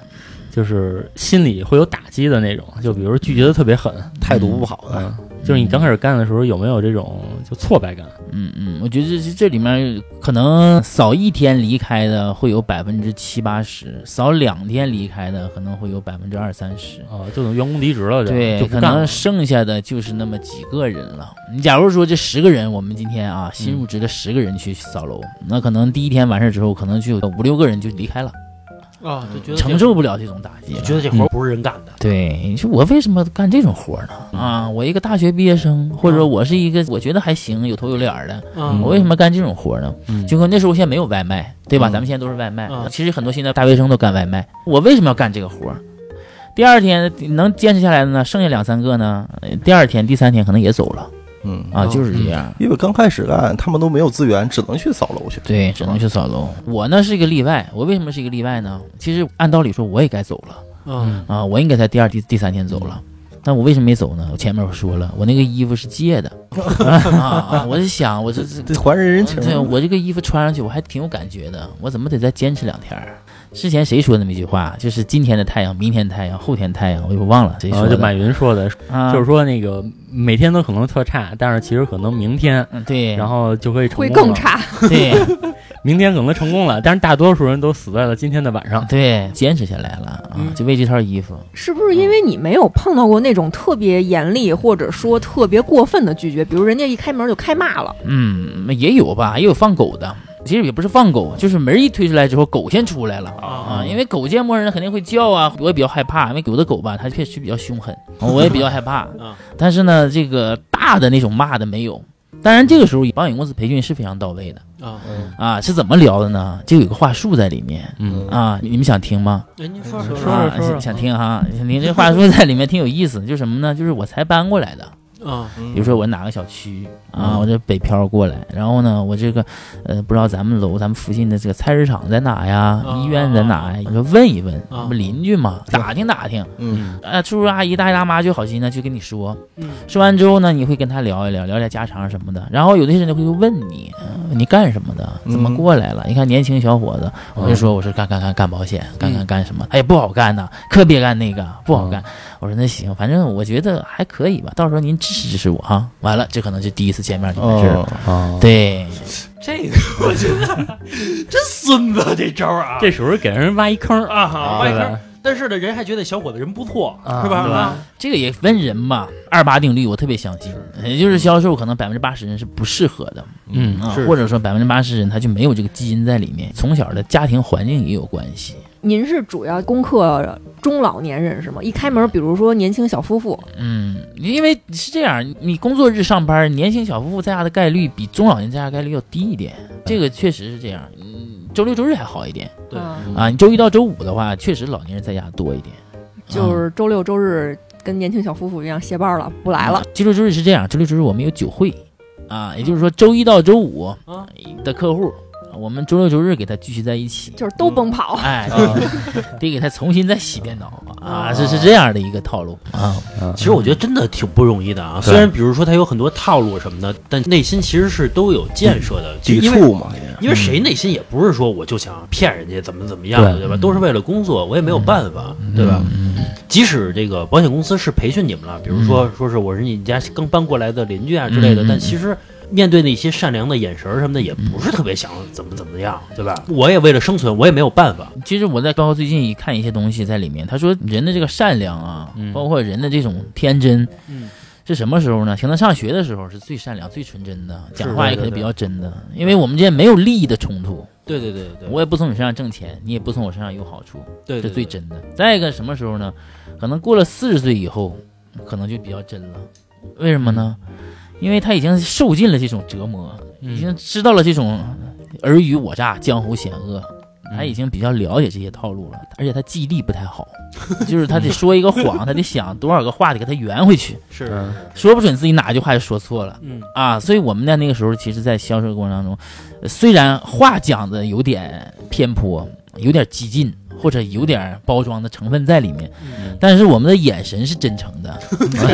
Speaker 1: 就是心里会有打击的那种？就比如拒绝的特别狠，
Speaker 3: 态度不好的，
Speaker 1: 嗯，就是你刚开始干的时候有没有这种就挫败感？
Speaker 5: 嗯嗯，我觉得这这里面可能扫一天离开的会有百分之七八十，扫两天离开的可能会有百分之二三十。
Speaker 1: 啊，就等于员工离职了，就
Speaker 5: 对，
Speaker 1: 就不
Speaker 5: 可
Speaker 1: 干
Speaker 5: 能
Speaker 1: 了。
Speaker 5: 剩下的就是那么几个人了。你假如说这十个人，我们今天啊新入职的十个人去扫楼，那可能第一天完事之后，可能就有五六个人就离开了，
Speaker 2: 啊，就觉得
Speaker 5: 承受不了这种打击
Speaker 2: 就
Speaker 5: 了。
Speaker 2: 觉得这活儿不是人干的。
Speaker 5: 对，你说我为什么干这种活儿呢？啊，我一个大学毕业生，或者我是一个我觉得还行、有头有脸儿的，
Speaker 2: 嗯
Speaker 5: 我为什么干这种活儿呢？
Speaker 1: 嗯
Speaker 5: 就跟那时候现在没有外卖，对吧？
Speaker 1: 嗯
Speaker 5: 咱们现在都是外卖
Speaker 2: 嗯，
Speaker 5: 其实很多现在大学生都干外卖。我为什么要干这个活儿？第二天能坚持下来的呢，剩下两三个呢，呃第二天、第三天可能也走了
Speaker 3: 嗯，
Speaker 5: 啊，
Speaker 2: 哦
Speaker 5: 就是这样。
Speaker 3: 因为刚开始干，他们都没有资源，只能去扫楼去。
Speaker 5: 对，只能去扫楼。我呢是一个例外，我为什么是一个例外呢？其实按道理说我也该走了。
Speaker 2: 嗯
Speaker 5: 啊，我应该在第二、第第三天走了。但我为什么没走呢？我前面我说了，我那个衣服是借的 啊啊！我是想，我这这，
Speaker 3: 这还人人情
Speaker 5: 嗯对我这个衣服穿上去，我还挺有感觉的，我怎么得再坚持两天儿？之前谁说那么一句话？就是今天的太阳，明天的太阳，后天的太阳，我也忘了谁
Speaker 1: 然
Speaker 5: 说
Speaker 1: 后
Speaker 5: 的。
Speaker 1: 哦呃就马云说的，
Speaker 5: 啊，
Speaker 1: 就是说那个每天都可能特差，但是其实可能明天，
Speaker 5: 嗯，对，
Speaker 1: 然后就可以成功
Speaker 4: 会
Speaker 1: 了
Speaker 4: 更，差，
Speaker 5: 对
Speaker 1: 明天可能成功了，但是大多数人都死在了今天的晚上。
Speaker 5: 对，坚持下来了啊，
Speaker 1: 嗯
Speaker 5: 就为这套衣服。
Speaker 4: 是不是因为你没有碰到过那种特别严厉或者说特别过分的拒绝？比如人家一开门就开骂了，
Speaker 5: 嗯，也有吧，也有放狗的。其实也不是放狗，就是门一推出来之后，狗先出来了啊，因为狗见陌生人肯定会叫啊，我也比较害怕，因为有的狗吧，它确实比较凶狠，我也比较害怕
Speaker 2: 啊。
Speaker 5: 但是呢，这个大的那种骂的没有。当然，这个时候保险公司培训是非常到位的
Speaker 2: 啊，
Speaker 5: 啊，是怎么聊的呢？就有个话术在里面
Speaker 1: 嗯，
Speaker 5: 啊，你们想听吗？
Speaker 2: 哎，您说说
Speaker 1: 说
Speaker 5: 啊，想想听哈，想听这话术在里面挺有意思，就是什么呢？就是我才搬过来的，
Speaker 2: 啊，
Speaker 5: 比如说我哪个小区
Speaker 3: 嗯
Speaker 5: 啊，我这北漂过来，然后呢，我这个呃不知道咱们楼咱们附近的这个菜市场在哪呀，
Speaker 2: 啊
Speaker 5: 医院在哪呀，你说问一问，
Speaker 2: 啊
Speaker 5: 我们邻居嘛，打听打听，
Speaker 3: 嗯，
Speaker 5: 呃叔叔阿姨大爷大妈就好心呢就跟你说，
Speaker 2: 嗯
Speaker 5: 说完之后呢，你会跟他聊一聊，聊聊家常什么的，然后有的些人会问你，呃你干什么的，怎么
Speaker 3: 嗯
Speaker 5: 过来了？你看年轻小伙子，我就说我是干干干干保险，干
Speaker 3: 嗯
Speaker 5: 干干什么？哎呀，不好干呐，可别干那个，不好干。我说那行，反正我觉得还可以吧，到时候您支持支持我哈。完了，这可能就第一次见面就完事儿了。
Speaker 3: 哦，
Speaker 1: 啊，
Speaker 5: 对，
Speaker 2: 这个我觉得真孙子这招儿啊，
Speaker 1: 这时候给人挖一坑
Speaker 2: 啊哈，外
Speaker 1: 对吧
Speaker 2: 科。但是呢，人还觉得小伙子人不错，
Speaker 1: 啊
Speaker 2: 是吧？
Speaker 1: 对
Speaker 2: 啊，
Speaker 5: 这个也分人吧。二八定律我特别相信，也就是销售可能百分之八十人是不适合的，
Speaker 1: 嗯
Speaker 5: 啊
Speaker 2: 是，
Speaker 5: 或者说百分之八十人他就没有这个基因在里面，从小的家庭环境也有关系。
Speaker 4: 您是主要攻克中老年人是吗？一开门，比如说年轻小夫妇，
Speaker 5: 嗯，因为是这样，你工作日上班，年轻小夫妇在家的概率比中老年在家的概率要低一点，这个确实是这样。嗯，周六周日还好一点
Speaker 2: 对
Speaker 4: 啊
Speaker 5: 啊，你周一到周五的话，确实老年人在家多一点。
Speaker 4: 就是周六周日跟年轻小夫妇一样歇班了，不来了。
Speaker 5: 嗯周六周日是这样，周六周日我们有酒会啊，也就是说周一到周五
Speaker 2: 啊
Speaker 5: 的客户，我们周六周日给他聚集在一起。
Speaker 4: 就是都奔跑，
Speaker 5: 哎，得给他重新再洗电脑啊，是是这样的一个套路啊。
Speaker 2: 其实我觉得真的挺不容易的啊。
Speaker 1: 对
Speaker 2: 虽然比如说他有很多套路什么的，但内心其实是都有建设的。
Speaker 3: 抵
Speaker 2: 因为
Speaker 3: 触嘛，也
Speaker 5: 嗯
Speaker 2: 因为谁内心也不是说我就想骗人家怎么怎么样的，
Speaker 1: 对
Speaker 2: 对吧？都是为了工作，我也没
Speaker 5: 嗯
Speaker 2: 有办法，对吧？即使这个保险公司是培训你们了，比如说说是我是你家刚搬过来的邻居啊之类的，
Speaker 5: 嗯嗯嗯嗯
Speaker 2: 但其实面对那些善良的眼神儿什么的，也不是特别想怎么怎么样，对吧？我也为了生存，我也没有办法。
Speaker 5: 其实我在包括最近一嗯看一些东西在里面，他说人的这个善良啊，包括人的这种天真，
Speaker 2: 嗯
Speaker 5: 是什么时候呢？可能上学的时候是最善良、最纯真的，讲话也肯定比较真的，因为我们之间没有利益的冲突，
Speaker 2: 对对对对，
Speaker 5: 我也不从你身上挣钱，你也不从我身上有好处，
Speaker 2: 对
Speaker 5: 这是最，真的。再一个什么时候呢？可能过了四十岁以后，可能就比较真了。为什么呢？
Speaker 2: 嗯
Speaker 5: 因为他已经受尽了这种折磨，已经知道了这种尔虞我诈、江湖险恶，
Speaker 1: 嗯
Speaker 2: 嗯
Speaker 5: 他已经比较了解这些套路了。而且他记忆力不太 好，就是他得说一个谎，他得想多少个话得给他圆回去，
Speaker 2: 是，
Speaker 5: 说不准自己哪句话就说错了。
Speaker 2: 嗯
Speaker 5: 啊，所以我们在那个时候，其实，在销售过程当中，呃虽然话讲的有点偏颇，有点激进，或者有点包装的成分在里面，
Speaker 2: 嗯
Speaker 5: 但是我们的眼神是真诚的，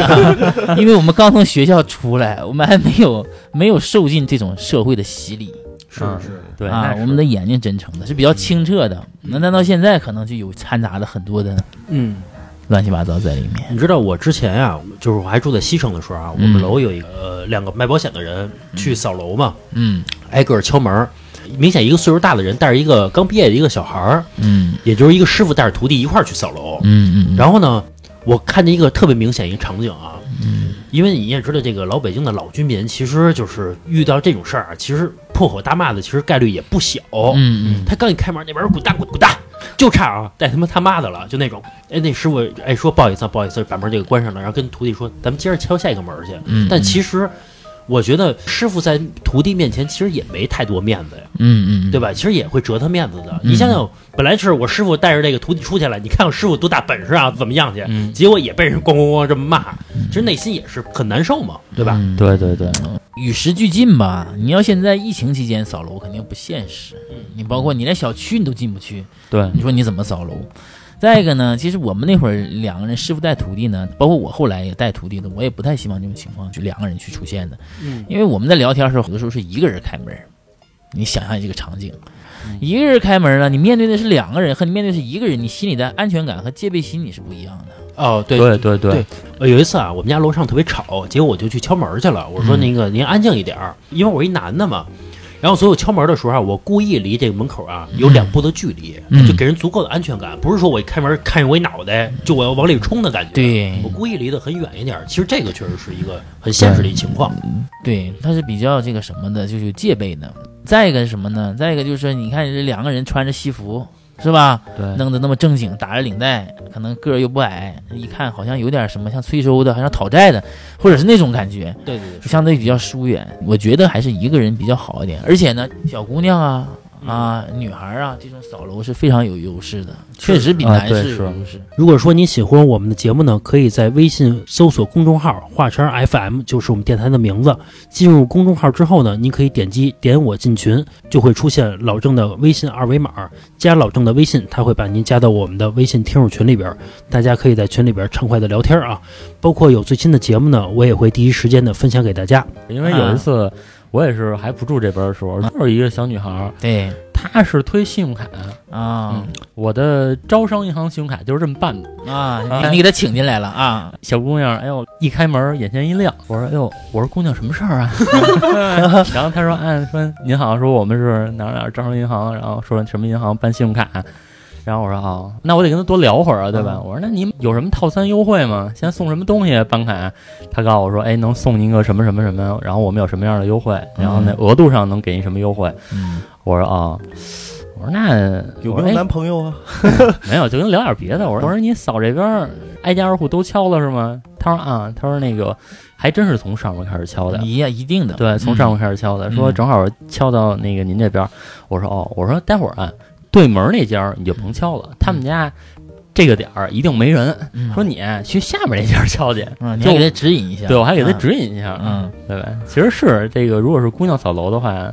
Speaker 5: 因为我们刚从学校出来，我们还没有没有受尽这种社会的洗礼
Speaker 2: 是
Speaker 1: 嗯
Speaker 2: 是，
Speaker 1: 对
Speaker 5: 啊
Speaker 1: 那，是嗯
Speaker 5: 我们的眼睛真诚的，是比较清澈的。那但到现在，可能就有掺杂了很多的
Speaker 2: 嗯。
Speaker 5: 乱七八糟在里面。
Speaker 2: 你知道我之前呀、就是我还住在西城的时候啊，我们楼有一个、呃两个卖保险的人去扫楼嘛，
Speaker 5: 嗯
Speaker 2: 挨个儿敲门儿，明显一个岁数大的人带着一个刚毕业的一个小孩儿，
Speaker 5: 嗯
Speaker 2: 也就是一个师傅带着徒弟一块儿去扫楼。
Speaker 5: 嗯嗯，
Speaker 2: 然后呢，我看见一个特别明显一场景啊，
Speaker 5: 嗯
Speaker 2: 因为你也知道这个老北京的老居民，其实就是遇到这种事儿啊，其实破口大骂的其实概率也不小。
Speaker 5: 嗯嗯
Speaker 2: 他刚一开门，那边人滚蛋滚滚蛋，就差啊带他妈他妈的了，就那种。哎，那师傅哎说不好意思啊，不好意思，把门这个关上了，然后跟徒弟说咱们接着敲下一个门去。
Speaker 5: 嗯，
Speaker 2: 但其实我觉得师傅在徒弟面前其实也没太多面子呀，
Speaker 5: 嗯嗯
Speaker 2: 对吧？其实也会折他面子的。你想想，本来是我师傅带着这个徒弟出去了，你看我师傅多大本事啊，怎么样去？
Speaker 1: 嗯
Speaker 2: 结果也被人咣咣咣这么骂，其实内心也是很难受嘛，对吧？
Speaker 5: 嗯
Speaker 1: 对对对，
Speaker 5: 与时俱进吧。你要现在疫情期间扫楼肯定不现实，你包括你连小区你都进不去，
Speaker 1: 对
Speaker 5: 你说你怎么扫楼？再一个呢，其实我们那会儿两个人师傅带徒弟呢，包括我后来也带徒弟的，我也不太希望这种情况就两个人去出现的，
Speaker 2: 嗯
Speaker 5: 因为我们在聊天的时候，有的时候是一个人开门，你想象这个场景，
Speaker 2: 嗯
Speaker 5: 一个人开门呢，你面对的是两个人，和你面对的是一个人，你心里的安全感和戒备心理是不一样的。
Speaker 2: 哦，对
Speaker 1: 对对对，
Speaker 2: 呃，有一次啊，我们家楼上特别吵，结果我就去敲门去了。我说那个您安静一点儿，因为我一男的嘛。然后所以我敲门的时候啊，我故意离这个门口啊有两步的距离，
Speaker 5: 嗯
Speaker 2: 就给人足够的安全感，不是说我一开门看见我一脑袋就我要往里冲的感觉。
Speaker 5: 对
Speaker 2: 我故意离得很远一点儿。其实这个确实是一个很现实的一情况。
Speaker 5: 对，他是比较这个什么的，就是有戒备的。再一个是什么呢？再一个就是你看这两个人穿着西服是吧，
Speaker 1: 对
Speaker 5: 弄得那么正经，打着领带，可能个儿又不矮，一看好像有点什么像催收的，好像讨债的，或者是那种感觉，
Speaker 2: 对对对
Speaker 5: 就相对比较疏远。我觉得还是一个人比较好一点。而且呢，小姑娘啊
Speaker 1: 嗯
Speaker 5: 啊，女孩啊，这种扫楼是非常有优势的，确实比
Speaker 1: 啊
Speaker 5: 男
Speaker 1: 对
Speaker 5: 士
Speaker 1: 是
Speaker 5: 有优势。
Speaker 2: 如果说您喜欢我们的节目呢，可以在微信搜索公众号“华圈 FM”，就是我们电台的名字。进入公众号之后呢，您可以点击“点我进群”，就会出现老郑的微信二维码，加老郑的微信，他会把您加到我们的微信听众群里边，大家可以在群里边畅快的聊天啊。包括有最新的节目呢，我也会第一时间的分享给大家。
Speaker 1: 因为
Speaker 5: 啊
Speaker 1: 有一次我也是还不住这边的时候，就是一个小女孩儿，
Speaker 5: 对
Speaker 1: 她是推信用卡，
Speaker 5: 啊、
Speaker 1: 我的招商银行信用卡就是这么办的。
Speaker 5: 啊，
Speaker 1: 哎
Speaker 5: 你你给他请进来了啊，
Speaker 1: 小姑娘，哎呦，一开门眼前一亮，我说，哎呦，我说姑娘什么事儿啊？然后她说，哎，说您好，说我们是哪儿哪儿招商银行，然后说什么银行办信用卡。然后我说哦，那我得跟她多聊会儿啊，对吧？我说那你有什么套餐优惠吗？现在送什么东西办卡？她告诉我说，哎，能送您个什么什么什么，然后我们有什么样的优惠，然后那额度上能给您什么优惠？
Speaker 5: 嗯
Speaker 1: 我说哦，我说那
Speaker 3: 有
Speaker 1: 我说
Speaker 3: 没有
Speaker 1: 哎
Speaker 3: 男朋友啊？
Speaker 1: 没有，就跟聊点别的。我说我说你嫂这边儿挨家挨户都敲了是吗？他说啊，他说那个还真是从上面开始敲的。
Speaker 5: 一样一定的，
Speaker 1: 对，从上面开始敲的，说
Speaker 5: 嗯
Speaker 1: 正好敲到那个您这边儿。我说哦，我说待会儿啊，对门儿那家儿你就甭敲了，他们家这个点儿一定没人。
Speaker 5: 嗯
Speaker 1: 说你啊去下面那家儿敲去。
Speaker 5: 嗯，你要
Speaker 1: 就
Speaker 5: 给他指引一下。
Speaker 1: 对，我还给他
Speaker 5: 嗯
Speaker 1: 指引一下，
Speaker 5: 嗯，
Speaker 1: 对吧？其实是这个，如果是姑娘扫楼的话，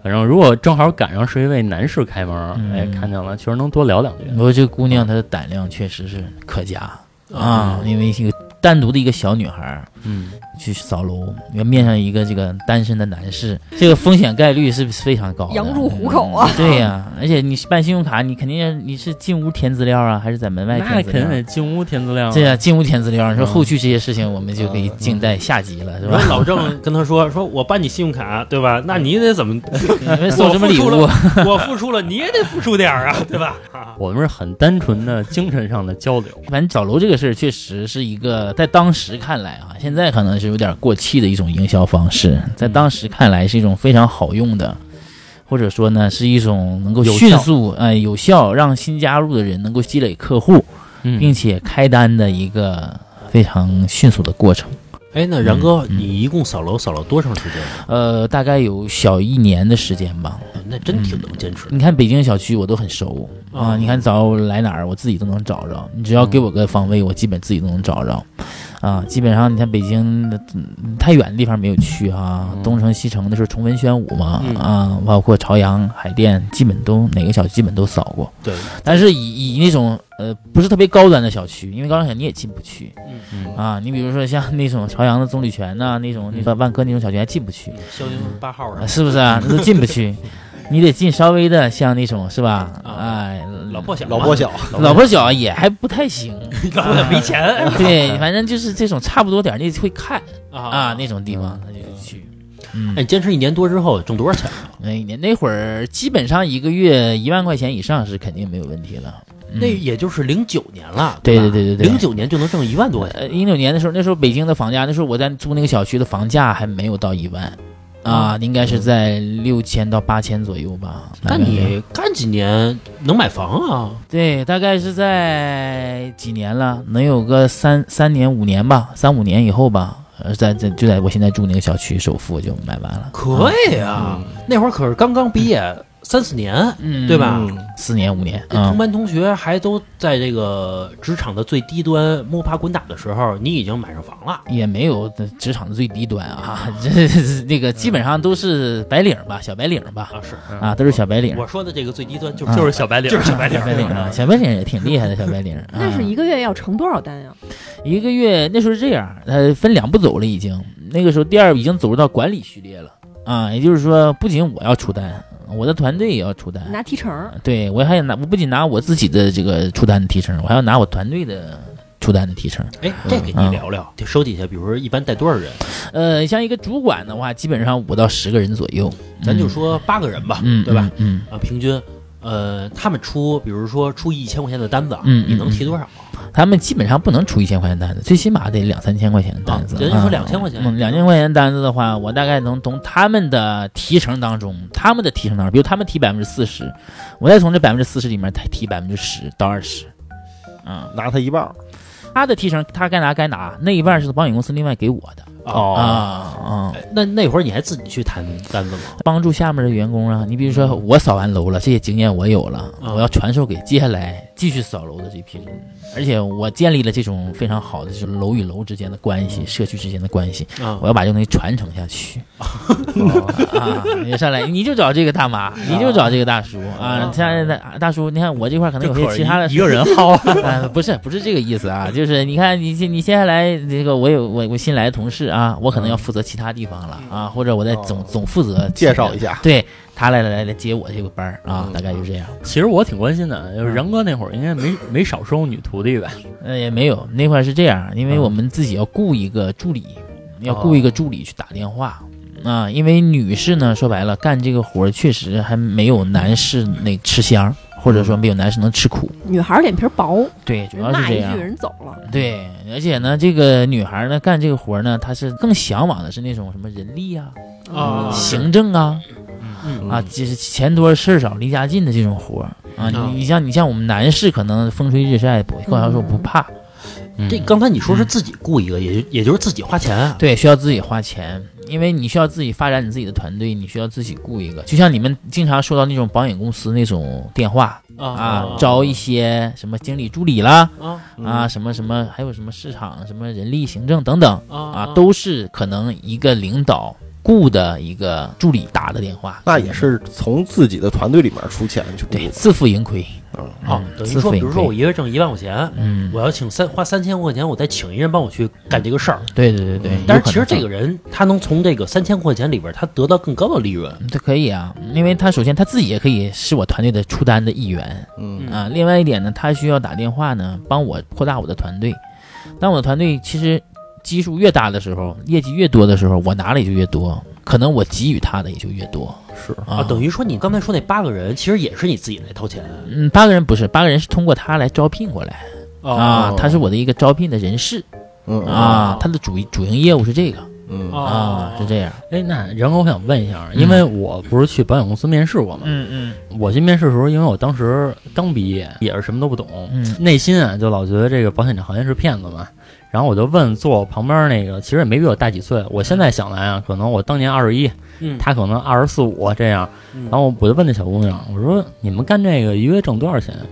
Speaker 1: 反正如果正好赶上是一位男士开门儿，
Speaker 5: 嗯
Speaker 1: 哎，看见了，确实能多聊两句。
Speaker 5: 我说这姑娘她的胆量确实是可嘉啊，因为一个单独的一个小女孩儿
Speaker 1: 嗯，
Speaker 5: 去扫楼，要面上一个这个单身的男士，这个风险概率是非常高的。
Speaker 4: 羊入虎口啊
Speaker 5: 嗯对呀、而且你办信用卡，你肯定要你是进屋填资料啊，还是在门外
Speaker 1: 那
Speaker 5: 填
Speaker 1: 肯
Speaker 5: 资
Speaker 1: 定
Speaker 5: 料？
Speaker 1: 得进屋填资料。啊
Speaker 5: 对呀、进屋填资料，你说
Speaker 1: 嗯
Speaker 5: 后续这些事情我们就可以静待下集了，是
Speaker 2: 我
Speaker 5: 吧
Speaker 2: 说？ 老郑跟他说：“说我办你信用卡，对吧？那你得怎么？
Speaker 5: 你们送什么礼
Speaker 2: 我付出
Speaker 5: 物
Speaker 2: 了？我付出了，你也得付出点儿啊，对吧？”
Speaker 1: 我们是很单纯的精神上的交流。
Speaker 5: 反正找楼这个事儿确实是一个个在当时看来啊，现在可能是有点过气的一种营销方式，在当时看来是一种非常好用的，或者说呢是一种能够
Speaker 1: 有效
Speaker 5: 迅速哎、有效让新加入的人能够积累客户，
Speaker 1: 嗯
Speaker 5: 并且开单的一个非常迅速的过程。
Speaker 2: 哎，那然哥，
Speaker 5: 嗯嗯
Speaker 2: 你一共扫楼扫了多长时间？
Speaker 5: 呃，大概有小一年的时间吧。
Speaker 2: 那真挺能坚持的。
Speaker 5: 你看北京小区我都很熟啊、
Speaker 2: 哦
Speaker 5: 你看找我来哪儿我自己都能找着，你只要给我个方位，我基本自己都能找着。啊，基本上你看北京的嗯太远的地方没有去哈、
Speaker 1: 嗯
Speaker 5: 东城西城的时候崇文宣武嘛，
Speaker 1: 嗯
Speaker 5: 啊，包括朝阳、海淀，基本都哪个小区基本都扫过。
Speaker 2: 对，
Speaker 5: 但是以以那种呃不是特别高端的小区，因为高端小区你也进不去
Speaker 1: 嗯
Speaker 5: 啊。你比如说像那种朝阳的棕榈泉呐、那种那个万科那种小区还进不去。
Speaker 2: 肖英八号
Speaker 5: 啊是不是 啊？那都进不去，你得进稍微的，像那种是吧？
Speaker 2: 啊
Speaker 5: 哎，
Speaker 2: 老破小，
Speaker 3: 老波，小，
Speaker 5: 老婆小也还不太行，
Speaker 2: 老破小没钱
Speaker 5: 对，反正就是这种差不多点儿，那会看啊那种地方，他就去。嗯
Speaker 2: 哎，，你坚持一年多之后挣多少钱？
Speaker 5: 那一年那会儿基本上一个月一万块钱以上是肯定没有问题了。嗯
Speaker 2: 那也就是零九年了，
Speaker 5: 对
Speaker 2: 吧
Speaker 5: 对对对对
Speaker 2: 零九年就能挣一万多块钱。
Speaker 5: 呃，一六年的时候，那时候北京的房价，那时候我在租那个小区的房价还没有到一万啊，应该是在六千到八千左右吧。
Speaker 2: 那
Speaker 5: 大概
Speaker 2: 你干几年能买房啊？
Speaker 5: 对，大概是在几年了，能有个三三年五年吧，三五年以后吧，呃，在在就在我现在住那个小区首付就买完了，
Speaker 2: 可以啊，那会儿可是刚刚毕业三四年，
Speaker 5: 嗯
Speaker 2: 对吧？
Speaker 5: 四年五年，
Speaker 2: 同
Speaker 5: 嗯，
Speaker 2: 班同学还都在这个职场的最低端摸爬滚打的时候，你已经买上房了。
Speaker 5: 也没有职场的最低端啊， 这这那个基本上都是白领吧，小白领吧，
Speaker 2: 啊，是
Speaker 5: 啊，都是小白领，
Speaker 2: 我说的这个最低端就是
Speaker 5: 啊
Speaker 2: 就是
Speaker 1: 小白领
Speaker 2: 就是小白领
Speaker 5: 小白领啊，小白领也挺厉害的，小白领，啊
Speaker 4: 那是一个月要成多少单呀？
Speaker 5: 一个月那时候是这样，呃，分两步走了，已经那个时候第二已经走入到管理序列了啊，也就是说，不仅我要出单，我的团队也要出单，
Speaker 4: 拿提成儿，
Speaker 5: 对我还要拿，我不仅拿我自己的这个出单的提成，我还要拿我团队的出单的提成。
Speaker 2: 哎，这
Speaker 5: 嗯
Speaker 2: 给你聊聊，就收底下，比如说一般带多少人，
Speaker 5: 呃，像一个主管的话，基本上五到十个人左右，
Speaker 2: 咱就说八个人吧，
Speaker 5: 嗯，嗯，
Speaker 2: 对吧？
Speaker 5: 嗯？
Speaker 2: 啊，平均，呃，他们出，比如说出一千块钱的单子啊，
Speaker 5: 嗯嗯
Speaker 2: 你能提多少？
Speaker 5: 嗯，他们基本上不能出一千块钱单子，最起码得两三千块钱的单子。
Speaker 2: 啊人家说
Speaker 5: 嗯
Speaker 2: 2000块钱
Speaker 5: 嗯，两千块钱单子的话，我大概能从他们的提成当中，他们的提成当中，比如他们提百分之四十，我再从这百分之四十里面再提百分之十到二十。嗯，
Speaker 3: 拿他一半儿，
Speaker 5: 他的提成他该拿该拿，那一半是保险公司另外给我的
Speaker 2: 哦
Speaker 5: 啊啊！
Speaker 2: 哎那那会儿你还自己去谈单子吗？
Speaker 5: 帮助下面的员工啊。你比如说，我扫完楼了，这些经验我有了，
Speaker 2: 嗯
Speaker 5: 我要传授给接下来继续扫楼的这批人。而且我建立了这种非常好的，就是楼与楼之间的关系，社区之间的关系，
Speaker 2: 啊
Speaker 5: 我，要把这个东西传承下去。啊，你就上来你就找这个大妈，你就找这个大叔啊，像大大叔，你看我这块可能有些其他的
Speaker 1: 一个人 薅，
Speaker 5: 啊，不是不是这个意思啊，就是你看你你接下来这个我有我我新来的同事啊，我可能要负责其他地方了啊，或者我在总总负责
Speaker 3: 介绍一 下，
Speaker 5: 对他来来来来接我这个班儿啊，
Speaker 3: 嗯
Speaker 5: 大概就这样。
Speaker 1: 其实我挺关心的，
Speaker 5: 嗯
Speaker 1: 就是然哥那会儿应该没没少收女徒弟吧？
Speaker 5: 呃，也没有那块儿是这样，因
Speaker 4: 嗯
Speaker 5: 为我们自己要雇一个助理，要雇
Speaker 4: 哦
Speaker 5: 一个助理去打电话。啊，因为女士呢，说白了干这个活儿确实还没有男士那吃香，或者说没有男士能吃苦。
Speaker 4: 女孩儿脸皮儿薄，
Speaker 5: 对，主
Speaker 4: 人
Speaker 5: 要是
Speaker 4: 嗯骂
Speaker 5: 这
Speaker 4: 一
Speaker 5: 样
Speaker 4: 句。人走了。
Speaker 5: 对，而且呢，这个女孩呢干这个活儿呢，她是更向往的是那种什么人力啊、
Speaker 2: 啊是
Speaker 5: 行政啊、
Speaker 2: 嗯
Speaker 5: 啊，就是钱多事儿少、离家近的这种活儿啊。
Speaker 2: 嗯
Speaker 5: 你你像你像我们男士，可能风吹日晒不，更要说不怕，嗯
Speaker 2: 这刚才你说是自己雇一个，也也就是自己花钱啊。
Speaker 5: 对，需要自己花钱，因为你需要自己发展你自己的团队，你需要自己雇一个。就像你们经常收到那种保险公司那种电话啊，招一些什么经理助理啦
Speaker 2: 啊
Speaker 5: 啊，什么什么，还有什么市场、什么人力、行政等等。
Speaker 2: 啊
Speaker 5: 啊，都是可能一个领导雇的一个助理打的电话，
Speaker 3: 那也是从自己的团队里面出钱去雇
Speaker 5: 对自负盈亏
Speaker 3: 嗯
Speaker 2: 啊，
Speaker 5: 嗯
Speaker 2: 等于
Speaker 5: 自
Speaker 2: 说，
Speaker 5: 负
Speaker 2: 比
Speaker 5: 盈
Speaker 2: 如说我
Speaker 5: 亏，
Speaker 2: 一个月挣一万块钱，
Speaker 5: 嗯，
Speaker 2: 我要请三花三千块钱，我再请一人帮我去干这个事儿。
Speaker 5: 对对对对，
Speaker 2: 嗯但
Speaker 5: 有
Speaker 2: 是
Speaker 5: 可
Speaker 2: 其实
Speaker 5: 能
Speaker 2: 这个人他能从这个三千块钱里边，他得到更高的利润。
Speaker 5: 他可以啊，因为他首先他自己也可以是我团队的出单的一员
Speaker 3: 嗯
Speaker 5: 啊，另外一点呢，他需要打电话呢帮我扩大我的团队，当我的团队其实基数越大的时候，业绩越多的时候，我拿的也就越多，可能我给予他的也就越多
Speaker 3: 是
Speaker 5: 啊，
Speaker 2: 等于说你刚才说那八个人，其实也是你自己来掏钱
Speaker 5: 嗯，
Speaker 2: 哦
Speaker 5: 八个人不是八个人是通过他来招聘过来。啊，他是我的一个招聘的人事
Speaker 3: 嗯
Speaker 5: 啊，它的主主营业务是这个
Speaker 3: 嗯
Speaker 2: 哦
Speaker 5: 啊，是这样，
Speaker 1: 哎，那然后我想问一下，啊因为我不是去保险公司面试过嘛，
Speaker 5: 嗯
Speaker 1: 我去面试的时候，因为我当时刚毕业，也是什么都不懂，
Speaker 5: 嗯
Speaker 1: 内心啊就老觉得这个保险这行业是骗子嘛。然后我就问坐我旁边那个，其实也没比我大几岁，我现在想来啊，可能我当年二十一，
Speaker 2: 嗯
Speaker 1: 他可能二十四五这样。然后我就问那小姑娘，我说你们干这个一月挣多少钱？啊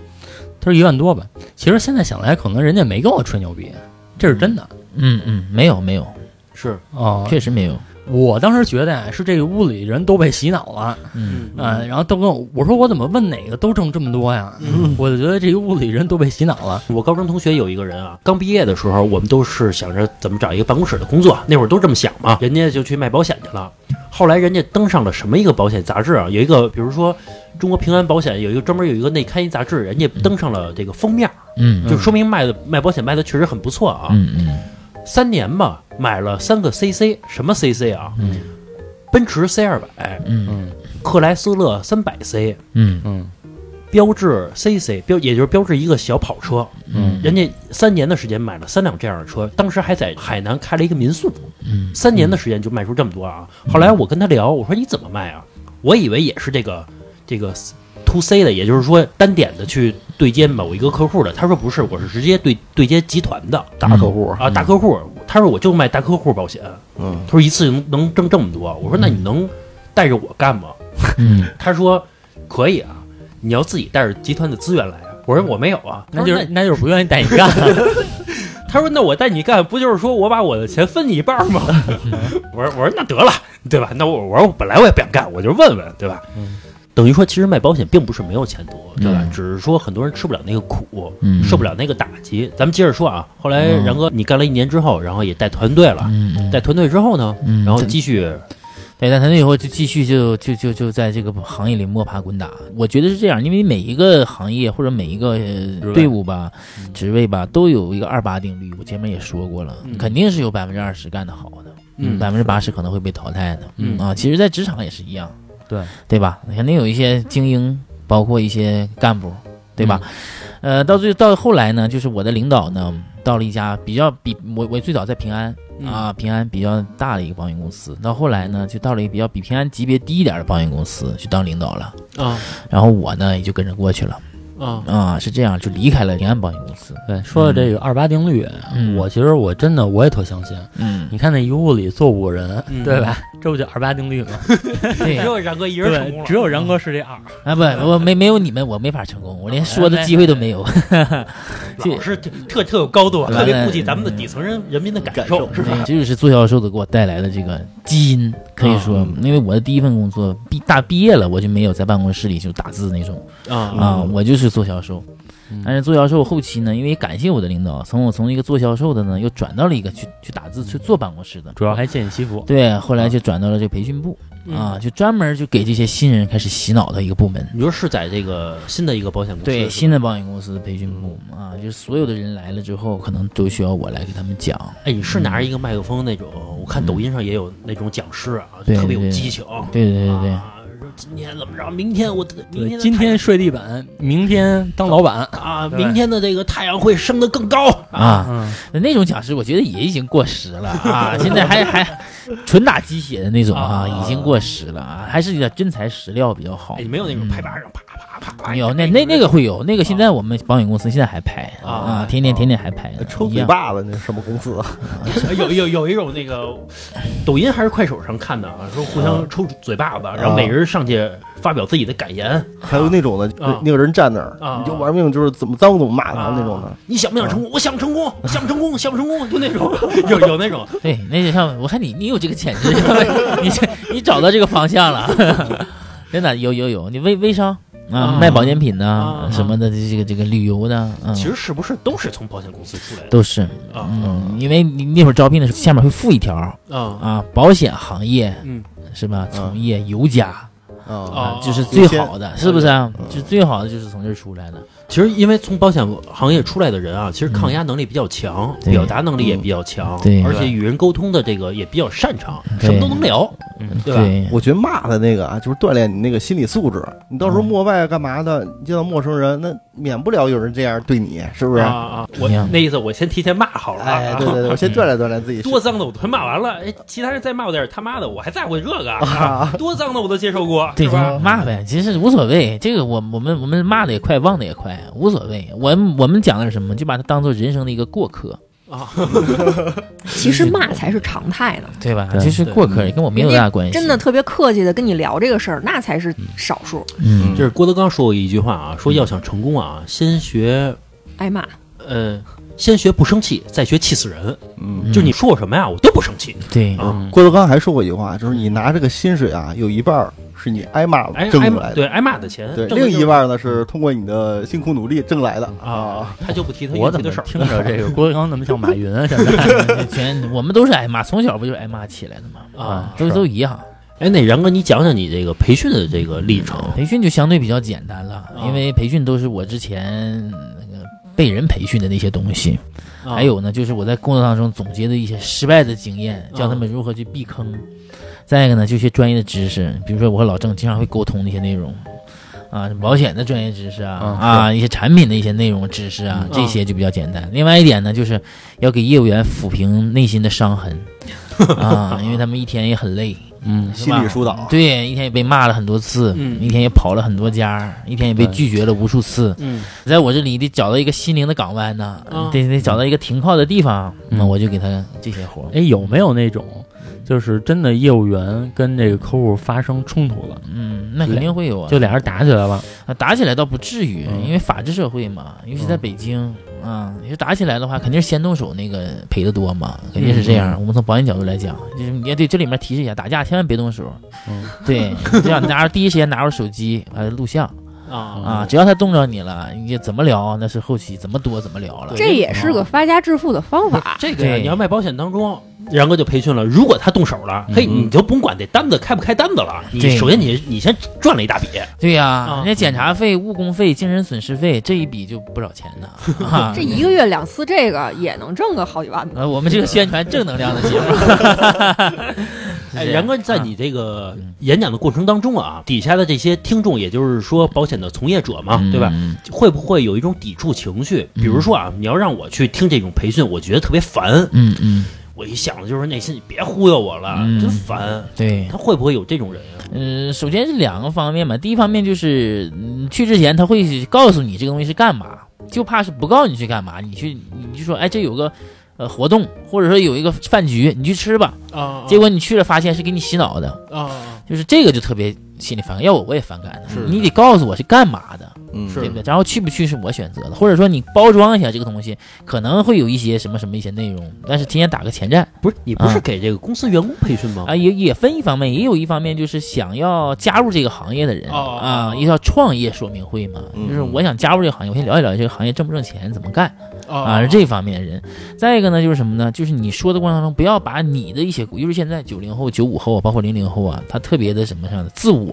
Speaker 1: 她说一万多吧。其实现在想来，可能人家没跟我吹牛逼，这是真的。
Speaker 5: 嗯嗯，没有没有，
Speaker 2: 是，
Speaker 1: 哦、
Speaker 5: 确实没有，
Speaker 1: 我当时觉得啊是这个屋里人都被洗脑了，
Speaker 5: 嗯
Speaker 1: 嗯、然后都跟我我说我怎么问哪个都挣这么多呀？我就觉得这个屋里人都被洗脑了。
Speaker 2: 我高中同学有一个人啊，刚毕业的时候，我们都是想着怎么找一个办公室的工作，那会儿都这么想嘛。人家就去卖保险去了。后来人家登上了什么一个保险杂志啊？有一个，比如说中国平安保险有一个专门有一个内刊一杂志，人家登上了这个封面，
Speaker 5: 嗯
Speaker 2: 就说明卖的卖保险卖的确实很不错啊。
Speaker 5: 嗯嗯
Speaker 2: 三年吧，买了三个 CC，什么 CC 啊？
Speaker 5: 嗯
Speaker 2: 奔驰 C 二百，
Speaker 5: 嗯
Speaker 1: 嗯
Speaker 2: 克莱斯勒三百 C，
Speaker 5: 嗯
Speaker 1: 嗯
Speaker 2: 标致 CC 标，也就是标致一个小跑车。
Speaker 5: 嗯
Speaker 2: 人家三年的时间买了三辆这样的车，当时还在海南开了一个民宿，
Speaker 5: 嗯
Speaker 2: 三年的时间就卖出这么多啊。后来我跟他聊，我说你怎么卖啊？我以为也是这个这个 to C 的，也就是说单点的去对接某一个客户的。他说不是，我是直接对对接集团的
Speaker 3: 大客户
Speaker 2: 啊，大客户。他说我就卖大客户保险，
Speaker 3: 嗯
Speaker 5: 啊
Speaker 2: 他说一次性能挣这么多。我说那你能带着我干吗？
Speaker 5: 嗯
Speaker 2: 他说可以啊，你要自己带着集团的资源来啊。我说我没有啊，他
Speaker 1: 那
Speaker 2: 说
Speaker 1: 就是那就是不愿意带你干。
Speaker 2: 他说：“那我带你干，不就是说我把我的钱分你一半吗？”我说：“我说那得了，对吧？那我我说本来我也不想干，我就问问，对吧？”嗯等于说，其实卖保险并不是没有前途，对吧？
Speaker 5: 嗯
Speaker 2: 只是说很多人吃不了那个苦，
Speaker 5: 嗯
Speaker 2: 受不了那个打击。咱们接着说啊，后来然哥你干了一年之后，然后也带团队了，
Speaker 5: 嗯
Speaker 2: 带团队之后呢，
Speaker 5: 嗯
Speaker 2: 然后继续
Speaker 5: 对，但团队以后就继续就就就就在这个行业里摸爬滚打。我觉得是这样，因为每一个行业或者每一个呃
Speaker 1: 位嗯
Speaker 5: 队伍吧、职位吧，都有一个二八定律。我前面也说过了，
Speaker 1: 嗯
Speaker 5: 肯定是有百分之二十干得好的，
Speaker 2: 嗯
Speaker 5: 百分之八十可能会被淘汰的。
Speaker 1: 嗯
Speaker 5: 啊，其实，在职场也是一样，
Speaker 1: 对
Speaker 5: 对吧？肯定有一些精英，包括一些干部，对吧？
Speaker 1: 嗯
Speaker 5: 呃，到最到后来呢，就是我的领导呢，到了一家比较比我我最早在平安，啊，平安比较大的一个保险公司，到后来呢，就到了一个比较比平安级别低一点的保险公司去当领导了，
Speaker 2: 啊
Speaker 5: 然后我呢也就跟着过去了，
Speaker 2: 啊
Speaker 5: 啊，是这样，就离开了平安保险公司，
Speaker 1: 对，说到这个二八定律，啊
Speaker 5: 嗯
Speaker 1: 我其实我真的我也特相信。
Speaker 5: 嗯，
Speaker 1: 你看那一屋里坐五个人，
Speaker 2: 嗯
Speaker 1: 对吧？这不就二八定律吗？
Speaker 5: 对，
Speaker 2: 然哎哥一
Speaker 1: 对，只有然
Speaker 2: 嗯
Speaker 1: 哥是这二。
Speaker 5: 啊不，我没没有你们，我没法成功，我连说的机会都没有，这
Speaker 2: 老是特特有高度啊，
Speaker 5: 完
Speaker 2: 特别
Speaker 5: 了
Speaker 2: 顾及咱们的底层人人民的感受，是吧？
Speaker 5: 对，这就是做销售的给我带来的这个基因，可以说，因为我的第一份工作毕大毕业了，我就没有在办公室里就打字那种。
Speaker 2: 啊
Speaker 5: 啊，我就是做销售
Speaker 1: 嗯。
Speaker 5: 但是做销售后期呢，因为感谢我的领导，从我从一个做销售的呢，又转到了一个去去打字去做办公室的，
Speaker 1: 主要还见你西服。
Speaker 5: 对，后来就转到了这个培训部
Speaker 2: 嗯
Speaker 5: 啊，就专门就给这些新人开始洗脑的一个部门。
Speaker 2: 你说是在这个新的一个保险公司
Speaker 5: 对，
Speaker 2: 是吧
Speaker 5: 新的保险公司培训部啊，就是所有的人来了之后，可能都需要我来给他们讲。
Speaker 2: 哎，你是拿着一个麦克风那种，我看抖音上也有那种讲师啊，
Speaker 5: 对
Speaker 2: 特别有
Speaker 5: 对
Speaker 2: 激情。
Speaker 5: 对对对对
Speaker 2: 啊，说今天怎么着？明天我明天
Speaker 1: 今
Speaker 2: 的太
Speaker 1: 天睡地板，明天当老板。
Speaker 2: 啊，
Speaker 1: 对
Speaker 2: 明天的这个太阳会升得更高
Speaker 5: 对啊，
Speaker 1: 嗯，
Speaker 5: 那种讲师我觉得也已经过时了啊，现在还还纯打鸡血的那种
Speaker 2: 啊
Speaker 5: 啊，已经过时了啊，还是有点真材实料比较好
Speaker 2: 哎，。没有那种拍巴掌啪啪啪啪。
Speaker 5: 没有，那那那个会有，那个现在我们保险公司现在还拍
Speaker 2: 啊呃
Speaker 5: 啊，天天天天还拍呢，
Speaker 3: 抽
Speaker 5: 一
Speaker 3: 嘴
Speaker 5: 样
Speaker 3: 巴子那什么公司啊？
Speaker 2: 有有有一种那个抖音还是快手上看的啊，说互相抽嘴巴子，然后每人上去发表自己的感言
Speaker 3: 还有那种的，
Speaker 2: 啊
Speaker 3: 那个人站那儿
Speaker 2: 啊，
Speaker 3: 你就玩命就是怎么脏怎么骂他
Speaker 2: 啊
Speaker 3: 那种的。。
Speaker 2: 你想不想成功？我想成功，想不成功，想不成功，就那 种有有那种
Speaker 5: 对，那就像我看你，你有这个潜质， 你这你找到这个方向了， 真的有有有，你微微商啊
Speaker 2: 啊，
Speaker 5: 卖保健品
Speaker 2: 啊
Speaker 5: 呐
Speaker 2: 啊
Speaker 5: 什么的，这个这个旅游的，嗯
Speaker 2: 其实是不是都是从保险公司出来的
Speaker 5: 都是，
Speaker 2: 啊
Speaker 5: 嗯，因为你那会儿招聘的时候下面会附一条
Speaker 2: 啊
Speaker 5: 啊，保险行业
Speaker 2: 嗯
Speaker 5: 是吧？从业尤佳
Speaker 3: 啊，
Speaker 5: 啊
Speaker 2: 哦，
Speaker 5: 就是
Speaker 2: 哦
Speaker 5: 最
Speaker 3: 有些
Speaker 5: 好的，是不是啊？就最好的就是从这儿出来的。
Speaker 2: 其实，因为从保险行业出来的人啊，其实抗压能力比较强，
Speaker 5: 对
Speaker 2: 表达能力也比较强，
Speaker 5: 对
Speaker 2: 而且与人沟通的这个也比较擅长，
Speaker 5: 对
Speaker 2: 什么都能聊，嗯对吧？
Speaker 5: 对
Speaker 3: 我觉得骂的那个啊，就是锻炼你那个心理素质。
Speaker 2: 嗯
Speaker 3: 你到时候陌外干嘛的，你见到陌生人，那免不了有人这样对你，是不是？
Speaker 2: 啊啊！我
Speaker 5: 一样
Speaker 2: 那意思，我先提前骂好了啊，
Speaker 3: 哎，对对对，我先锻炼锻炼自己。
Speaker 2: 多脏的我都骂完了，哎，其他人再骂我点儿他妈的，我还在乎这个啊
Speaker 3: 啊，
Speaker 2: 多脏的我都接受过，
Speaker 5: 对，
Speaker 2: 是吧
Speaker 5: 就？骂呗，其实无所谓。这个我我们我们骂的也快，忘的也快，无所谓。我们我们讲的是什么？就把它当做人生的一个过客，
Speaker 2: 啊，
Speaker 4: 其实骂才是常态呢。
Speaker 5: 对吧？
Speaker 1: 对
Speaker 5: 就是过
Speaker 2: 嗯
Speaker 5: 客，跟我没有
Speaker 4: 人家
Speaker 5: 大关系。
Speaker 4: 真的，特别客气的跟你聊这个事儿，那才是少数
Speaker 5: 嗯，
Speaker 2: 这是郭德纲说过一句话啊，说要想成功啊，先学
Speaker 4: 挨骂。
Speaker 2: 呃，先学不生气，再学气死人。
Speaker 3: 嗯，
Speaker 2: 就你说我什么呀，我都不生气。
Speaker 5: 对，
Speaker 2: 啊
Speaker 3: 郭德纲还说过一句话，就是你拿这个薪水啊，有一半儿是你挨骂
Speaker 2: 挨
Speaker 3: 挣
Speaker 2: 哎挨
Speaker 3: 过
Speaker 2: 骂
Speaker 3: 来的，
Speaker 2: 对挨骂的钱，
Speaker 3: 对，
Speaker 2: 挣的
Speaker 3: 另
Speaker 2: 就
Speaker 3: 一半儿呢是通过你的辛苦努力挣来的啊。
Speaker 2: 啊，他就不提他
Speaker 1: 我怎
Speaker 2: 运
Speaker 1: 么
Speaker 2: 气的事儿。
Speaker 1: 听着这个郭德纲怎么像马云啊？现 在
Speaker 5: 全我们都是挨骂，从小不就是挨骂起来的嘛？
Speaker 2: 啊
Speaker 5: 都
Speaker 1: 是
Speaker 5: 都一样。
Speaker 2: 哎，那然哥，你讲讲你这个培训的这个历程
Speaker 5: 培训就相对比较简单了，
Speaker 2: 啊
Speaker 5: 因为培训都是我之前那个被人培训的那些东西，
Speaker 2: 啊嗯
Speaker 5: 还有呢，就是我在工作当中总结的一些失败的经验，教他们如何去避坑。再一个呢，就一些专业的知识，比如说我和老郑经常会沟通的一些内容。啊，保险的专业知识啊，
Speaker 1: 嗯
Speaker 5: 啊，一些产品的一些内容知识啊，
Speaker 2: 嗯
Speaker 5: 这些就比较简单。另外一点呢，就是要给业务员抚平内心的伤痕啊，因为他们一天也很累，
Speaker 1: 嗯，
Speaker 5: 是
Speaker 3: 心
Speaker 5: 吧
Speaker 3: 理疏导
Speaker 5: 对，一天也被骂了很多次，
Speaker 2: 嗯
Speaker 5: 一天也跑了很多家儿，一天也被
Speaker 1: 对
Speaker 5: 拒绝了无数次。
Speaker 2: 嗯
Speaker 5: 在我这里得找到一个心灵的港湾呐，
Speaker 2: 啊
Speaker 5: 得得找到一个停靠的地方，
Speaker 1: 嗯
Speaker 5: 那我就给他这些活儿。
Speaker 1: 哎，有没有那种就是真的业务员跟这个客户发生冲突了，
Speaker 5: 嗯，那肯定会有啊，
Speaker 1: 就俩人打起来了？
Speaker 5: 啊打起来倒不至于，
Speaker 1: 嗯
Speaker 5: 因为法治社会嘛，尤其在北京。啊，你说打起来的话，肯定是先动手那个赔的多嘛，肯定是
Speaker 1: 嗯
Speaker 5: 这样。我们从保险角度来讲，就是你也对这里面提示一下，打架千万别动手。
Speaker 1: 嗯
Speaker 5: 对，这样拿着第一时间拿出手机，呃，录像，
Speaker 2: 啊
Speaker 5: 啊，只要他动着你了，你就怎么聊那是后期怎么多怎么聊了。
Speaker 4: 这也是
Speaker 5: 哦
Speaker 4: 个发家致富的方法。
Speaker 2: 这个呀
Speaker 5: 对
Speaker 2: 你要卖保险当中，然哥就培训了。如果他动手了，嘿，你就甭管这单子开不开单子了，你
Speaker 5: 对
Speaker 2: 首先你你先赚了一大笔，
Speaker 5: 对呀、
Speaker 2: 啊
Speaker 5: 人家检查费、误工费、精神损失费这一笔就不少钱呢。啊
Speaker 4: 这一个月两次，这个也能挣个好几万吧？
Speaker 5: 呃，我们这个宣传正能量的节目。
Speaker 2: 哎，然哥，在你这个演讲的过程当中啊，底下的这些听众，也就是说保险的从业者嘛，对吧？
Speaker 5: 嗯
Speaker 2: 会不会有一种抵触情绪？比如说啊，你要让我去听这种培训，我觉得特别烦。
Speaker 5: 嗯嗯，
Speaker 2: 我一想就是内心，你别忽悠我了，
Speaker 5: 嗯
Speaker 2: 真烦。
Speaker 5: 对，
Speaker 2: 他会不会有这种人啊？
Speaker 5: 嗯、首先是两个方面嘛。第一方面就是、嗯、去之前他会告诉你这个东西是干嘛，就怕是不告诉你去干嘛，你去你就说，哎，这有个呃活动，或者说有一个饭局，你去吃吧。
Speaker 2: 啊
Speaker 5: 结果你去了，发现是给你洗脑的。
Speaker 2: 啊，
Speaker 5: 就是这个就特别心里反感，哎要我我也反感的。
Speaker 2: 是
Speaker 5: 你得告诉我是干嘛的，
Speaker 3: 嗯，
Speaker 2: 是
Speaker 5: 对不对？然后去不去是我选择的，或者说你包装一下这个东西，可能会有一些什么什么一些内容，但是提前打个前站
Speaker 2: 不是你不是
Speaker 5: 啊
Speaker 2: 给这个公司员工培训吗？
Speaker 5: 啊，也也分一方面，也有一方面就是想要加入这个行业的人
Speaker 2: 哦
Speaker 5: 啊，也叫创业说明会嘛，
Speaker 3: 嗯
Speaker 5: 就是我想加入这个行业，我先了解了解这个行业挣不挣钱，怎么干啊，
Speaker 2: 啊
Speaker 5: 是这方面的人。再一个呢，就是什么呢？就是你说的过程当中，不要把你的一些，尤其是现在九零后、九五后啊，包括零零后啊，他特别的什么上的自我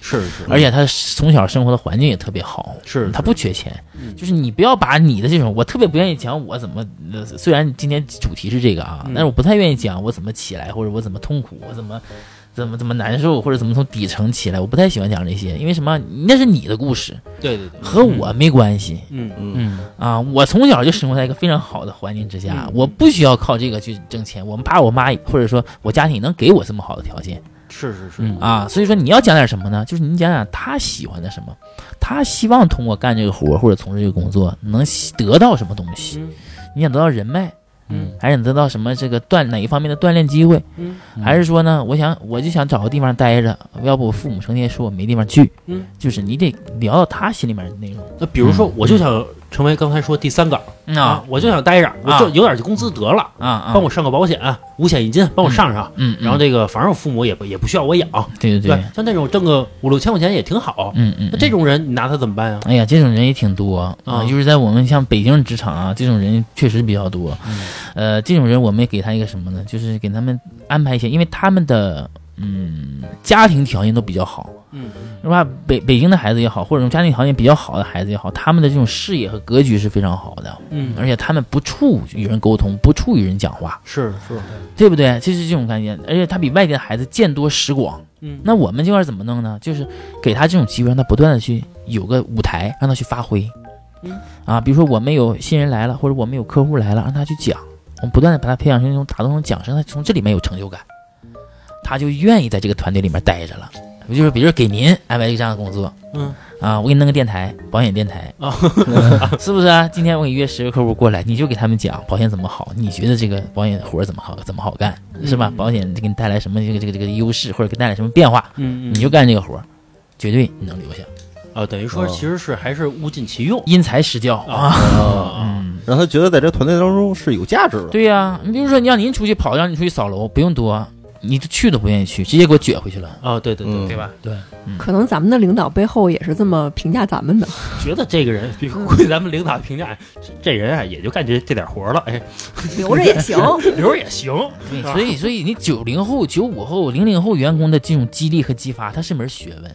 Speaker 2: 是是
Speaker 5: 而且他从小生活的环境也特别好，
Speaker 2: 是
Speaker 5: 他不缺钱。
Speaker 2: 嗯
Speaker 5: 就是你不要把你的这种，我特别不愿意讲我怎么，呃虽然今天主题是这个啊，
Speaker 2: 嗯
Speaker 5: 但是我不太愿意讲我怎么起来，或者我怎么痛苦，我怎么。怎么怎么难受，或者怎么从底层起来？我不太喜欢讲这些，因为什么？那是你的故事，
Speaker 2: 对对对，
Speaker 5: 和我没关系
Speaker 2: 嗯
Speaker 1: 嗯，
Speaker 5: 啊！我从小就生活在一个非常好的环境之下，
Speaker 2: 嗯
Speaker 5: 我不需要靠这个去挣钱。我们爸我妈或者说我家庭能给我这么好的条件，
Speaker 2: 是是是
Speaker 1: 嗯
Speaker 5: 啊，所以说你要讲点什么呢？就是你讲讲他喜欢的什么，他希望通过干这个活儿或者从事这个工作能吸得到什么东西。
Speaker 2: 嗯
Speaker 5: 你想得到人脉，
Speaker 2: 嗯，
Speaker 5: 还是想得到什么这个锻哪一方面的锻炼机会，
Speaker 2: 嗯
Speaker 5: 还是说呢，我想我就想找个地方待着，要不我父母成天说我没地方去，
Speaker 2: 嗯，
Speaker 5: 就是你得聊到他心里面的内容。
Speaker 2: 那比如说，我就想成为刚才说第三个
Speaker 5: 嗯
Speaker 2: 嗯啊
Speaker 5: 啊，
Speaker 2: 我就想待着，我
Speaker 5: 啊
Speaker 2: 挣有点工资得了，
Speaker 5: 啊啊！
Speaker 2: 帮我上个保险，五险一金，帮我上上。
Speaker 5: 嗯，嗯，
Speaker 2: 然后这个，反正我父母也不也不需要我养，
Speaker 5: 对对
Speaker 2: 对，，像那种挣个五六千块钱也挺好。
Speaker 5: 嗯嗯，
Speaker 2: 那这种人，你拿他怎么办呀？
Speaker 5: 哎呀，这种人也挺多啊、
Speaker 2: 啊
Speaker 5: 就是在我们像北京职场啊，这种人确实比较多。呃，这种人我们也给他一个什么呢？就是给他们安排一些，因为他们的嗯家庭条件都比较好，
Speaker 1: 嗯，
Speaker 5: 是吧？北北京的孩子也好，或者说家庭条件比较好的孩子也好，他们的这种视野和格局是非常好的，
Speaker 1: 嗯
Speaker 5: 而且他们不怵与人沟通，不怵与人讲话，
Speaker 1: 是是，
Speaker 5: 对不对？就是这种概念，而且他比外地的孩子见多识广。
Speaker 1: 嗯
Speaker 5: 那我们这块儿怎么弄呢？就是给他这种机会，让他不断的去有个舞台，让他去发挥。
Speaker 1: 嗯
Speaker 5: 啊，比如说我们有新人来了，或者我们有客户来了，让他去讲，我们不断的把他培养成那种打动成讲师，让他从这里面有成就感，他就愿意在这个团队里面待着了。就是比如说给您安排一个这样的工作，
Speaker 2: 嗯
Speaker 5: 啊，我给你弄个电台，保险电台，
Speaker 2: 啊
Speaker 5: 是不是啊？今天我给你约十个客户过来，你就给他们讲保险怎么好，你觉得这个保险活儿怎么好，怎么好干，是吧？保险给你带来什么这个这个这个优势，或者给带来什么变化，
Speaker 1: 嗯，
Speaker 5: 你就干这个活儿，绝对你能留下。
Speaker 2: 啊，等于说其实是还是物尽其用
Speaker 5: 因材施教啊，
Speaker 2: 啊，
Speaker 5: 嗯，
Speaker 3: 让他觉得在这团队当中是有价值的。
Speaker 5: 对呀、你比如说你让您出去跑，让你出去扫楼，不用多，你去都不愿意去，直接给我撅回去了，
Speaker 2: 啊，对对对
Speaker 3: 嗯
Speaker 5: 对吧？
Speaker 2: 对，
Speaker 4: 可能咱们的领导背后也是这么评价 咱们的。
Speaker 2: 觉得这个人，比估计咱们领导评价，这这人啊也就干这这点活了，哎，
Speaker 4: 留着也行。
Speaker 2: 留着也行，
Speaker 5: 对，
Speaker 2: 是吧
Speaker 5: 所以所以你九零后、九五后、零零后员工的这种激励和激发，它是门学问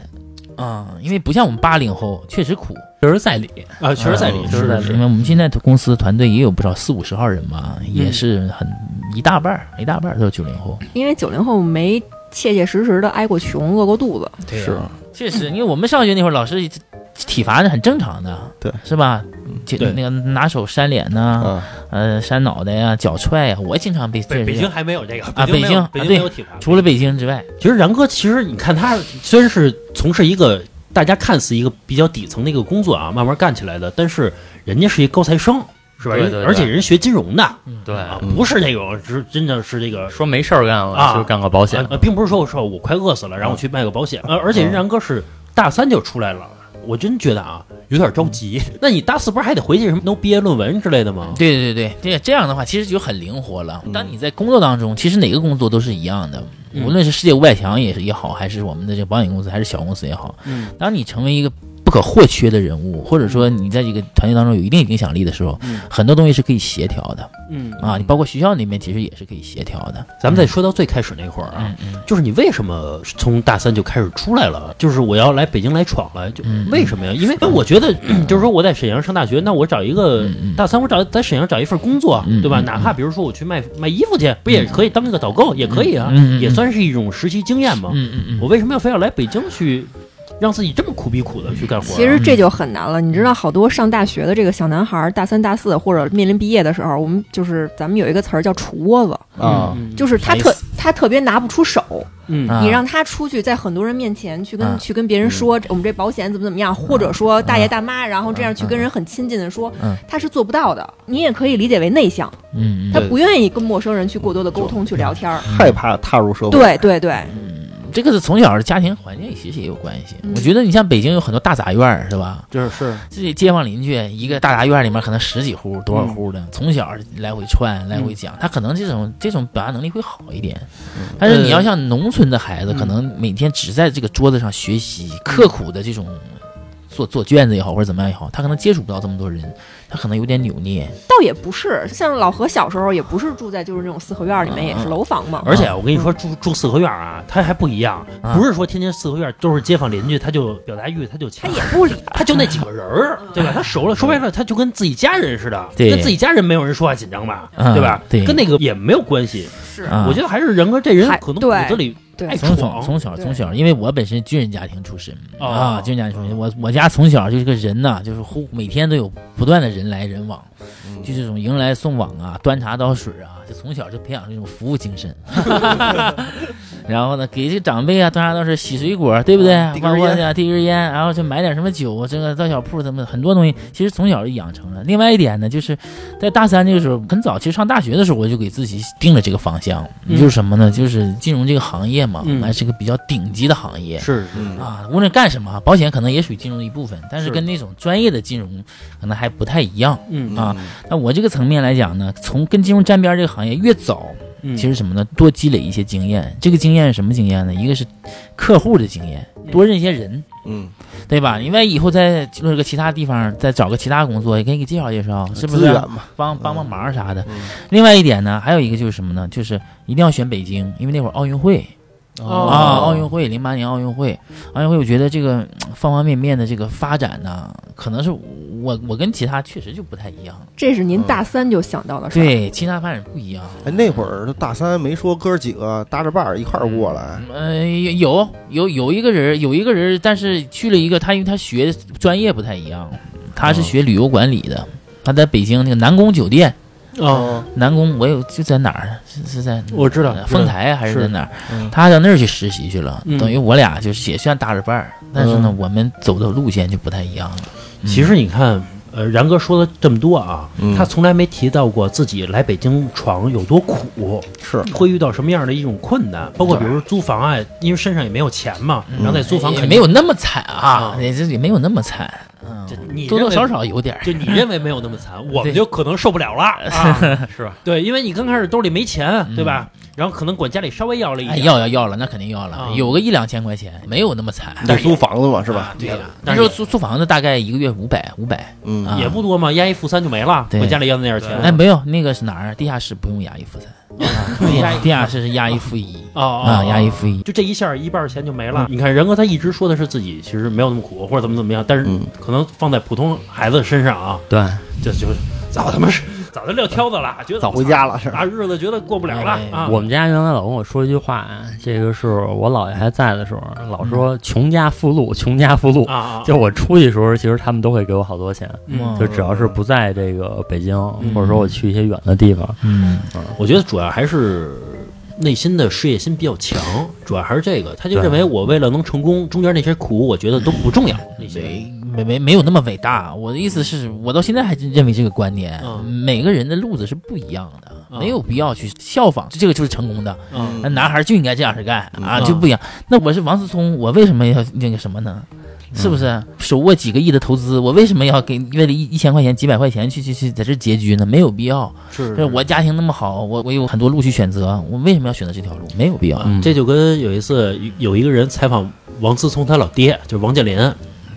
Speaker 5: 啊、因为不像我们八零后确实苦，
Speaker 1: 确实在理，
Speaker 2: 啊，确实在理，
Speaker 3: 嗯
Speaker 2: 确实在
Speaker 5: 因
Speaker 2: 理，
Speaker 5: 为我们现在公司团队也有不少四五十号人嘛，也是很一大半儿一大半儿都是九零后，
Speaker 4: 因为九零后没切切实实的挨过穷、饿过肚子，
Speaker 5: 对
Speaker 3: 是，
Speaker 5: 确 实，因为我们上学那会儿，老师体罚是很正常的，
Speaker 3: 对，
Speaker 5: 是吧？就
Speaker 2: 对
Speaker 5: 那个拿手扇脸呐、
Speaker 3: 啊，
Speaker 5: 呃，扇脑袋呀、脚踹呀、我经常被
Speaker 2: 北
Speaker 5: 这
Speaker 2: 北京。还没有这个
Speaker 5: 啊
Speaker 2: 北没有
Speaker 5: 北京
Speaker 2: 北京没有体罚。
Speaker 5: 除了北京之外，
Speaker 2: 其实然哥，其实你看他虽然是从事一个大家看似一个比较底层的一个工作啊，慢慢干起来的，但是人家是一高材生，是吧？
Speaker 1: 对对对
Speaker 2: 而且人学金融的，
Speaker 1: 对，
Speaker 2: 啊，
Speaker 3: 嗯
Speaker 2: 不是那种是真的是这个。
Speaker 1: 说没事儿干了
Speaker 2: 啊
Speaker 1: 就干个保险
Speaker 2: 呃，，呃并不是说我说我快饿死了，然后我去卖个保险，呃，而且人然哥是大三就出来了，我真觉得啊有点着急。 那你大四不是还得回去什么弄毕业论文之类的吗？
Speaker 5: 对对对对，这这样的话其实就很灵活了。
Speaker 3: 嗯
Speaker 5: 当你在工作当中，其实哪个工作都是一样的，
Speaker 2: 嗯
Speaker 5: 无论是世界五百强也是也好，还是我们的这个保险公司，还是小公司也好，
Speaker 2: 嗯，
Speaker 5: 当你成为一个不可或缺的人物，或者说你在这个团队当中有一定影响力的时候，
Speaker 2: 嗯
Speaker 5: 很多东西是可以协调的
Speaker 2: 嗯
Speaker 5: 啊。你包括学校那边其实也是可以协调的。
Speaker 2: 咱们再说到最开始那会儿啊，就是你为什么从大三就开始出来了？就是我要来北京来闯了，就
Speaker 5: 嗯
Speaker 2: 为什么呀？因为我觉得 就是说我在沈阳上大学，那我找一个
Speaker 5: 嗯嗯
Speaker 2: 大三，我找在沈阳找一份工作
Speaker 5: 嗯，
Speaker 2: 对吧？
Speaker 5: 嗯
Speaker 2: 哪怕比如说我去卖卖衣服去，不也可以当那个导购，也可以啊
Speaker 5: 嗯嗯嗯，
Speaker 2: 也算是一种实习经验嘛。
Speaker 5: 嗯嗯嗯
Speaker 2: 我为什么要非要来北京去让自己这么苦逼苦的去干活啊？
Speaker 4: 其实这就很难了。你知道，好多上大学的这个小男孩儿，大三、大四或者面临毕业的时候，我们就是咱们有一个词儿叫“杵窝子
Speaker 1: 嗯
Speaker 3: 啊，”，
Speaker 4: 就是他
Speaker 5: 嗯
Speaker 2: 啥意
Speaker 4: 特
Speaker 2: 思
Speaker 4: 他特别拿不出手。
Speaker 2: 嗯
Speaker 5: 啊
Speaker 4: 你让他出去，在很多人面前去
Speaker 5: 啊
Speaker 4: 跟去跟别人说我们这保险怎么怎么样，或者说大爷大妈，然后这样去跟人很亲近的说
Speaker 5: 啊嗯，
Speaker 4: 他是做不到的。你也可以理解为内向，
Speaker 5: 嗯
Speaker 4: 他不愿意跟陌生人去过多的沟通去聊天儿。
Speaker 3: 害怕踏入社会。
Speaker 4: 对对对，
Speaker 5: 这个是从小家庭环境其实也有关系。
Speaker 4: 嗯
Speaker 5: 我觉得你像北京有很多大杂院儿，是吧？
Speaker 3: 就是是
Speaker 5: 这些街坊邻居一个大杂院里面可能十几户、多少户的，从小来回串、来回讲，他可能这种这种表达能力会好一点。但是你要像农村的孩子，可能每天只在这个桌子上学习，刻苦的这种。做做卷子也好，或者怎么样也好，他可能接触不到这么多人，他可能有点扭捏。
Speaker 4: 倒也不是，像老何小时候也不是住在就是那种四合院儿里面，也
Speaker 5: 啊
Speaker 4: 是楼房嘛。
Speaker 2: 而且我跟你说，住住四合院啊，他还不一样，
Speaker 5: 啊
Speaker 2: 不是说天天四合院都是街坊邻居，他就表达欲他就
Speaker 4: 他
Speaker 2: 强
Speaker 4: 也，不理，
Speaker 2: 他就那几个人儿，对吧？他熟了，说白了，他就跟自己家人似的，
Speaker 5: 对
Speaker 2: 跟自己家人没有人说话紧张吧，
Speaker 5: 嗯
Speaker 2: 对嗯吧？
Speaker 5: 对
Speaker 2: 跟那个也没有关系。
Speaker 4: 是
Speaker 5: 啊、
Speaker 2: 我觉得还是人哥这人
Speaker 4: 还
Speaker 2: 可能
Speaker 4: 对
Speaker 2: 骨子里
Speaker 4: 对
Speaker 2: 爱
Speaker 5: 从
Speaker 2: 闯
Speaker 5: 小从小
Speaker 4: 对
Speaker 5: 从小，因为我本身军人家庭出身、
Speaker 2: 哦
Speaker 5: 啊，军人家庭出身，我我家从小就是个人呐、就是呼每天都有不断的人来人往，就这种迎来送往啊，端茶倒水啊，就从小就培养这种服务精神。 然后呢，给这长辈啊端茶倒水、洗水果，对不对？
Speaker 3: 递根
Speaker 5: 包括
Speaker 3: 烟
Speaker 5: 呢啊递根烟，然后就买点什么酒，这个到小铺什么的，很多东西，其实从小就养成了。另外一点呢，就是在大三这个时候，很早，其实上大学的时候我就给自己定了这个方向，
Speaker 2: 嗯
Speaker 5: 就是什么呢？就是金融这个行业嘛，
Speaker 2: 嗯
Speaker 5: 还啊是个比较顶级的行业。
Speaker 2: 是
Speaker 3: 嗯
Speaker 5: 啊，无论干什么，保险可能也属于金融的一部分，但是
Speaker 2: 是
Speaker 5: 跟那种专业的金融可能还不太一样。
Speaker 2: 嗯
Speaker 5: 啊，那我这个层面来讲呢，从跟金融沾边儿这个行业越早，
Speaker 2: 嗯
Speaker 5: 其实什么呢？多积累一些经验。这个经验是什么经验呢？一个是客户的经验，多认一些人，
Speaker 3: 嗯，
Speaker 5: 对吧？因为以后再进入个其他地方，再找个其他工作，也可以给介绍介绍，是不
Speaker 3: 资
Speaker 5: 是
Speaker 3: 源
Speaker 5: 啊？
Speaker 3: 嘛，
Speaker 5: 帮帮帮忙啥的
Speaker 3: 嗯。
Speaker 5: 另外一点呢，还有一个就是什么呢？就是一定要选北京，因为那会儿奥运会。
Speaker 3: 哦
Speaker 5: 啊，奥运会零八年奥运会，奥运会，我觉得这个嗯方方面面的这个发展呢，可能是我我跟其他确实就不太一样，
Speaker 4: 这是您大三就想到的事儿。
Speaker 5: 对，其他发展不一样。
Speaker 3: 哎，那会儿大三没说哥几个搭着伴儿一块儿过来，
Speaker 5: 呃，有有有一个人，有一个人，但是去了一个他，因为他学专业不太一样，他是学旅游管理的，他在北京那个南宫酒店，
Speaker 2: 啊，
Speaker 5: 南宫我有就在哪儿，是是在
Speaker 2: 我知道，
Speaker 5: 丰台啊还是
Speaker 2: 是
Speaker 5: 在哪儿
Speaker 2: 嗯，
Speaker 5: 他到那儿去实习去了，
Speaker 2: 嗯
Speaker 5: 等于我俩就是也算搭着伴儿，但是呢
Speaker 2: 嗯，
Speaker 5: 我们走的路线就不太一样了。嗯
Speaker 2: 其实你看，呃，然哥说了这么多啊，
Speaker 3: 嗯
Speaker 2: 他从来没提到过自己来北京闯有多苦，
Speaker 3: 是
Speaker 2: 会遇到什么样的一种困难，包括比如说租房啊，因为身上也没有钱嘛，然后在租房
Speaker 5: 也
Speaker 2: 肯定
Speaker 5: 哎没有那么惨啊
Speaker 2: 啊，
Speaker 5: 也这也没有那么惨，嗯
Speaker 2: 这你
Speaker 5: 多多
Speaker 2: 认为
Speaker 5: 少少有点 儿。
Speaker 2: 就你认为没有那么惨，我
Speaker 5: 对
Speaker 2: 们就可能受不了了，啊、是吧？对，因为你刚开始兜里没钱，对吧？然后可能管家里稍微要了一
Speaker 5: 哎，
Speaker 2: 点，
Speaker 5: 要要要了，那肯定要了
Speaker 2: 啊，
Speaker 5: 有个一两千块钱，没有那么惨。
Speaker 3: 你租房子嘛，是
Speaker 5: 啊
Speaker 3: 吧？
Speaker 2: 对呀、
Speaker 5: 那
Speaker 2: 但
Speaker 5: 时
Speaker 2: 是
Speaker 5: 候租租房子大概一个月五百，五百。
Speaker 3: 嗯
Speaker 5: 啊
Speaker 2: 也不嗯多嘛，押一付三就没了，
Speaker 5: 对
Speaker 2: 管家里要那点钱。哦
Speaker 5: 哎，没有，那个是哪儿？地下室不用押一付三，啊 地下地下室是押一付一
Speaker 2: 哦哦
Speaker 5: 啊，押一
Speaker 2: 付，
Speaker 5: 付一。
Speaker 2: 就这一下一半钱就没了。你看，然哥他一直说的是自己其实没有那么苦，或者怎么怎么样，但是
Speaker 3: 嗯
Speaker 2: 可能放在普通孩子身上啊，
Speaker 1: 对，
Speaker 2: 这就是早他妈是早就撂挑子了，觉得
Speaker 3: 早回家了是吧？
Speaker 2: 啊，日子觉得过不了了
Speaker 5: 哎
Speaker 2: 啊。
Speaker 1: 我们家原来老跟我说一句话，这个是我姥爷还在的时候，
Speaker 2: 嗯
Speaker 1: 老说“穷家富路，穷家富路
Speaker 2: 啊”。啊，
Speaker 1: 就我出去的时候，其实他们都会给我好多钱，
Speaker 2: 嗯
Speaker 1: 就只要是不在这个北京，或者说我去一些远的地方，
Speaker 5: 嗯，
Speaker 2: 我觉得主要还是内心的事业心比较强，主要还是这个，他就认为我为了能成功，中间那些苦我觉得都不重要。那些
Speaker 5: 没没没没有那么伟大。我的意思是我到现在还真认为这个观念，
Speaker 2: 嗯
Speaker 5: 每个人的路子是不一样的，
Speaker 2: 嗯
Speaker 5: 没有必要去效仿，这个就是成功的。
Speaker 2: 嗯
Speaker 5: 那男孩就应该这样式干啊，
Speaker 2: 嗯
Speaker 5: 就不一样。那我是王思聪，我为什么要那个什么呢？
Speaker 2: 嗯
Speaker 5: 是不是手握几个亿的投资，我为什么要给为了一一千块钱、几百块钱去去去在这儿拮据呢？没有必要。
Speaker 2: 是
Speaker 5: 就是我家庭那么好，我我有很多路去选择，我为什么要选择这条路？没有必要。
Speaker 1: 嗯
Speaker 2: 这就跟有一次有有一个人采访王思聪他老爹，就是王健林，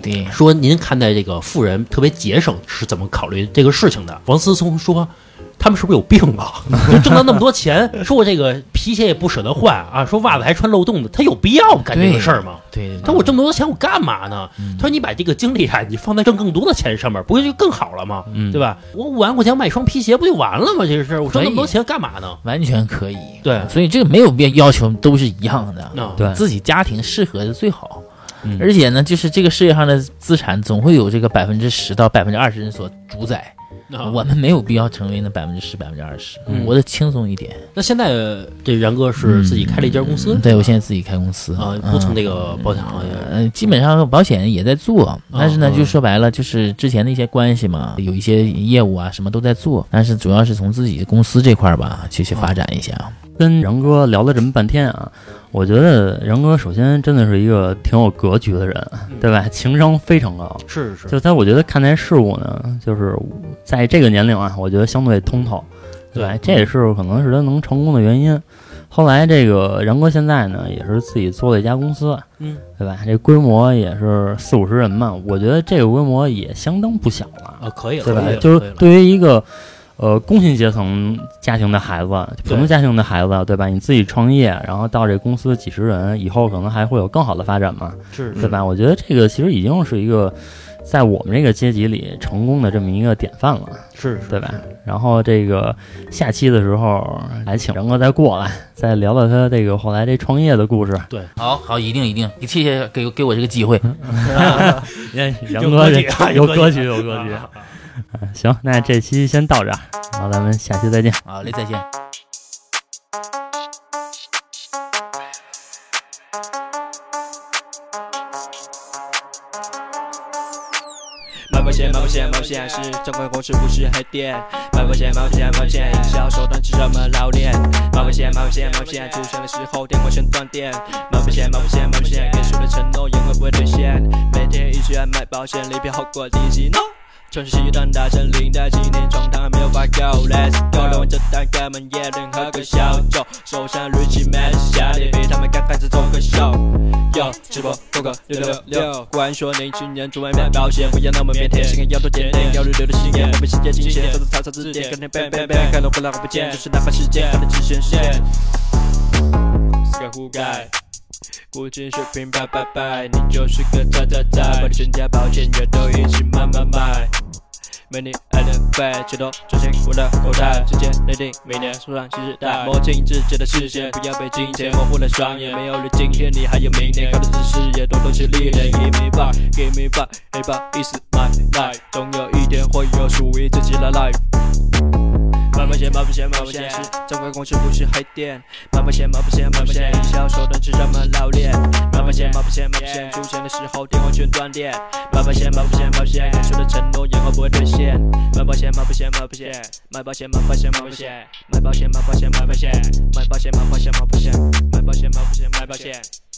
Speaker 5: 对，
Speaker 2: 说您看待这个富人特别节省是怎么考虑这个事情的？王思聪说。他们是不是有病 啊？就挣了那么多钱，说我这个皮鞋也不舍得换啊，说袜子还穿漏洞的，他有必要干这个事儿吗？
Speaker 5: 对对
Speaker 2: 他说我挣那么多钱，我干嘛呢？
Speaker 1: 嗯
Speaker 2: 他说你把这个精力啊，你放在挣更多的钱上面，不就更好了吗？
Speaker 1: 嗯
Speaker 2: 对吧？我五万块钱买双皮鞋不就完了吗？这个事儿，我挣那么多
Speaker 5: 可以
Speaker 2: 钱干嘛呢？
Speaker 5: 完全可以。
Speaker 2: 对
Speaker 5: 所以这个没有必要要求都是一样的。
Speaker 2: 啊，
Speaker 1: 对
Speaker 5: 自己家庭适合的最好。
Speaker 1: 嗯
Speaker 5: 而且呢，就是这个世界上的资产总会有这个百分之十到百分之二十人所主宰，
Speaker 2: 啊
Speaker 5: 我们没有必要成为那百分之十、百分之二十
Speaker 2: 嗯，
Speaker 5: 活得轻松一点。
Speaker 2: 那现在这然哥
Speaker 1: 嗯
Speaker 2: 是自己开了一家公司，
Speaker 5: 对我现在自己开公司
Speaker 2: 啊，
Speaker 5: 嗯
Speaker 2: 不从这个啊保险行业
Speaker 5: 呃，基本上保险也在做，但是呢，就说白了，就是之前的一些关系嘛，有一些业务啊，什么都在做，但是主要是从自己公司这块儿吧，去去发展一下。
Speaker 1: 跟然哥聊了这么半天啊，我觉得然哥首先真的是一个挺有格局的人，对吧？情商非常高，
Speaker 2: 是是
Speaker 1: 就在我觉得看待事物呢，就是在这个年龄啊，我觉得相对通透，对吧？
Speaker 2: 对
Speaker 1: 这也是可能是他能成功的原因。后来这个然哥现在呢，也是自己做了一家公司，
Speaker 2: 嗯，
Speaker 1: 对吧？这规模也是四五十人嘛，我觉得这个规模也相当不小了，
Speaker 2: 啊，可以了，
Speaker 1: 对吧
Speaker 2: 可以？了
Speaker 1: 就是对于一个呃工薪阶层家庭的孩子，普通
Speaker 2: 对
Speaker 1: 家庭的孩子，对吧？你自己创业，然后到这公司几十人，以后可能还会有更好的发展嘛，
Speaker 2: 是
Speaker 1: 对吧？我觉得这个其实已经是一个在我们这个阶级里成功的这么一个典范了，
Speaker 2: 是
Speaker 1: 对吧？然后这个下期的时候来请然哥再过来，再聊聊他这个后来这创业的故事。
Speaker 5: 好好，一定一定，谢谢给给我这个机会。
Speaker 1: 然
Speaker 2: 哎
Speaker 1: 哥
Speaker 2: 有格
Speaker 1: 这
Speaker 2: 局啊
Speaker 1: 有
Speaker 2: 有
Speaker 1: 格
Speaker 2: 格
Speaker 1: 局
Speaker 2: 局
Speaker 1: 有格局。嗯行，那这期先到这儿，然后咱们下期再见。
Speaker 5: 好嘞，再见。
Speaker 6: 买保险，买保险，买保险是正规公司，不是黑店。买保险，买保险，买保险，营销手段是什么老练？买保险，买保险，买保险，出现的时候电话先断电。买保险，买保险，买保险，给出的承诺永远不会兑现。每天一直在买保险，离别后果立即 no。城市西段打成领带，今天床单还没有发够，Let's go！聊完这单，哥们也能喝个小酒，手上捋起麦是夏天，比他们刚开始做个秀。哟，直播播个六六六，果然说年轻人从来买保险，不要那么腼腆，心眼要多点点，要绿流的信念，我们世界惊险，都是查查字典，跟天变变变，看都不拉我不见，就是哪怕世界，看的极限线。Sky 覆盖。古今水平拜拜拜，你就是个渣渣渣，把你全家保险也都一起卖卖卖。没你爱的费，全都装进我的口袋，直接内定每年数量新时代，摸清自己的视线，不要被金钱模糊了双眼。没有了今天，你还有明年，靠的是视野，多多去历练。Give me back, give me back, give back is my life，总有一天会有属于自己的 life。慢慢写，慢慢写，慢慢写，是正规公司不是黑店。慢慢写，慢慢写，慢慢写，营销手段是这么老练。慢慢写，慢慢写，慢慢写，出现的时候电话全断电。慢慢写，慢慢写，慢慢写，给出的承诺以后不会兑现。慢慢写，慢慢写，慢慢写，买保险，买保险，买保险，买保险，买保险，买保险，买保险，买保险，买保险，买保险，买保险，买保险，买保险。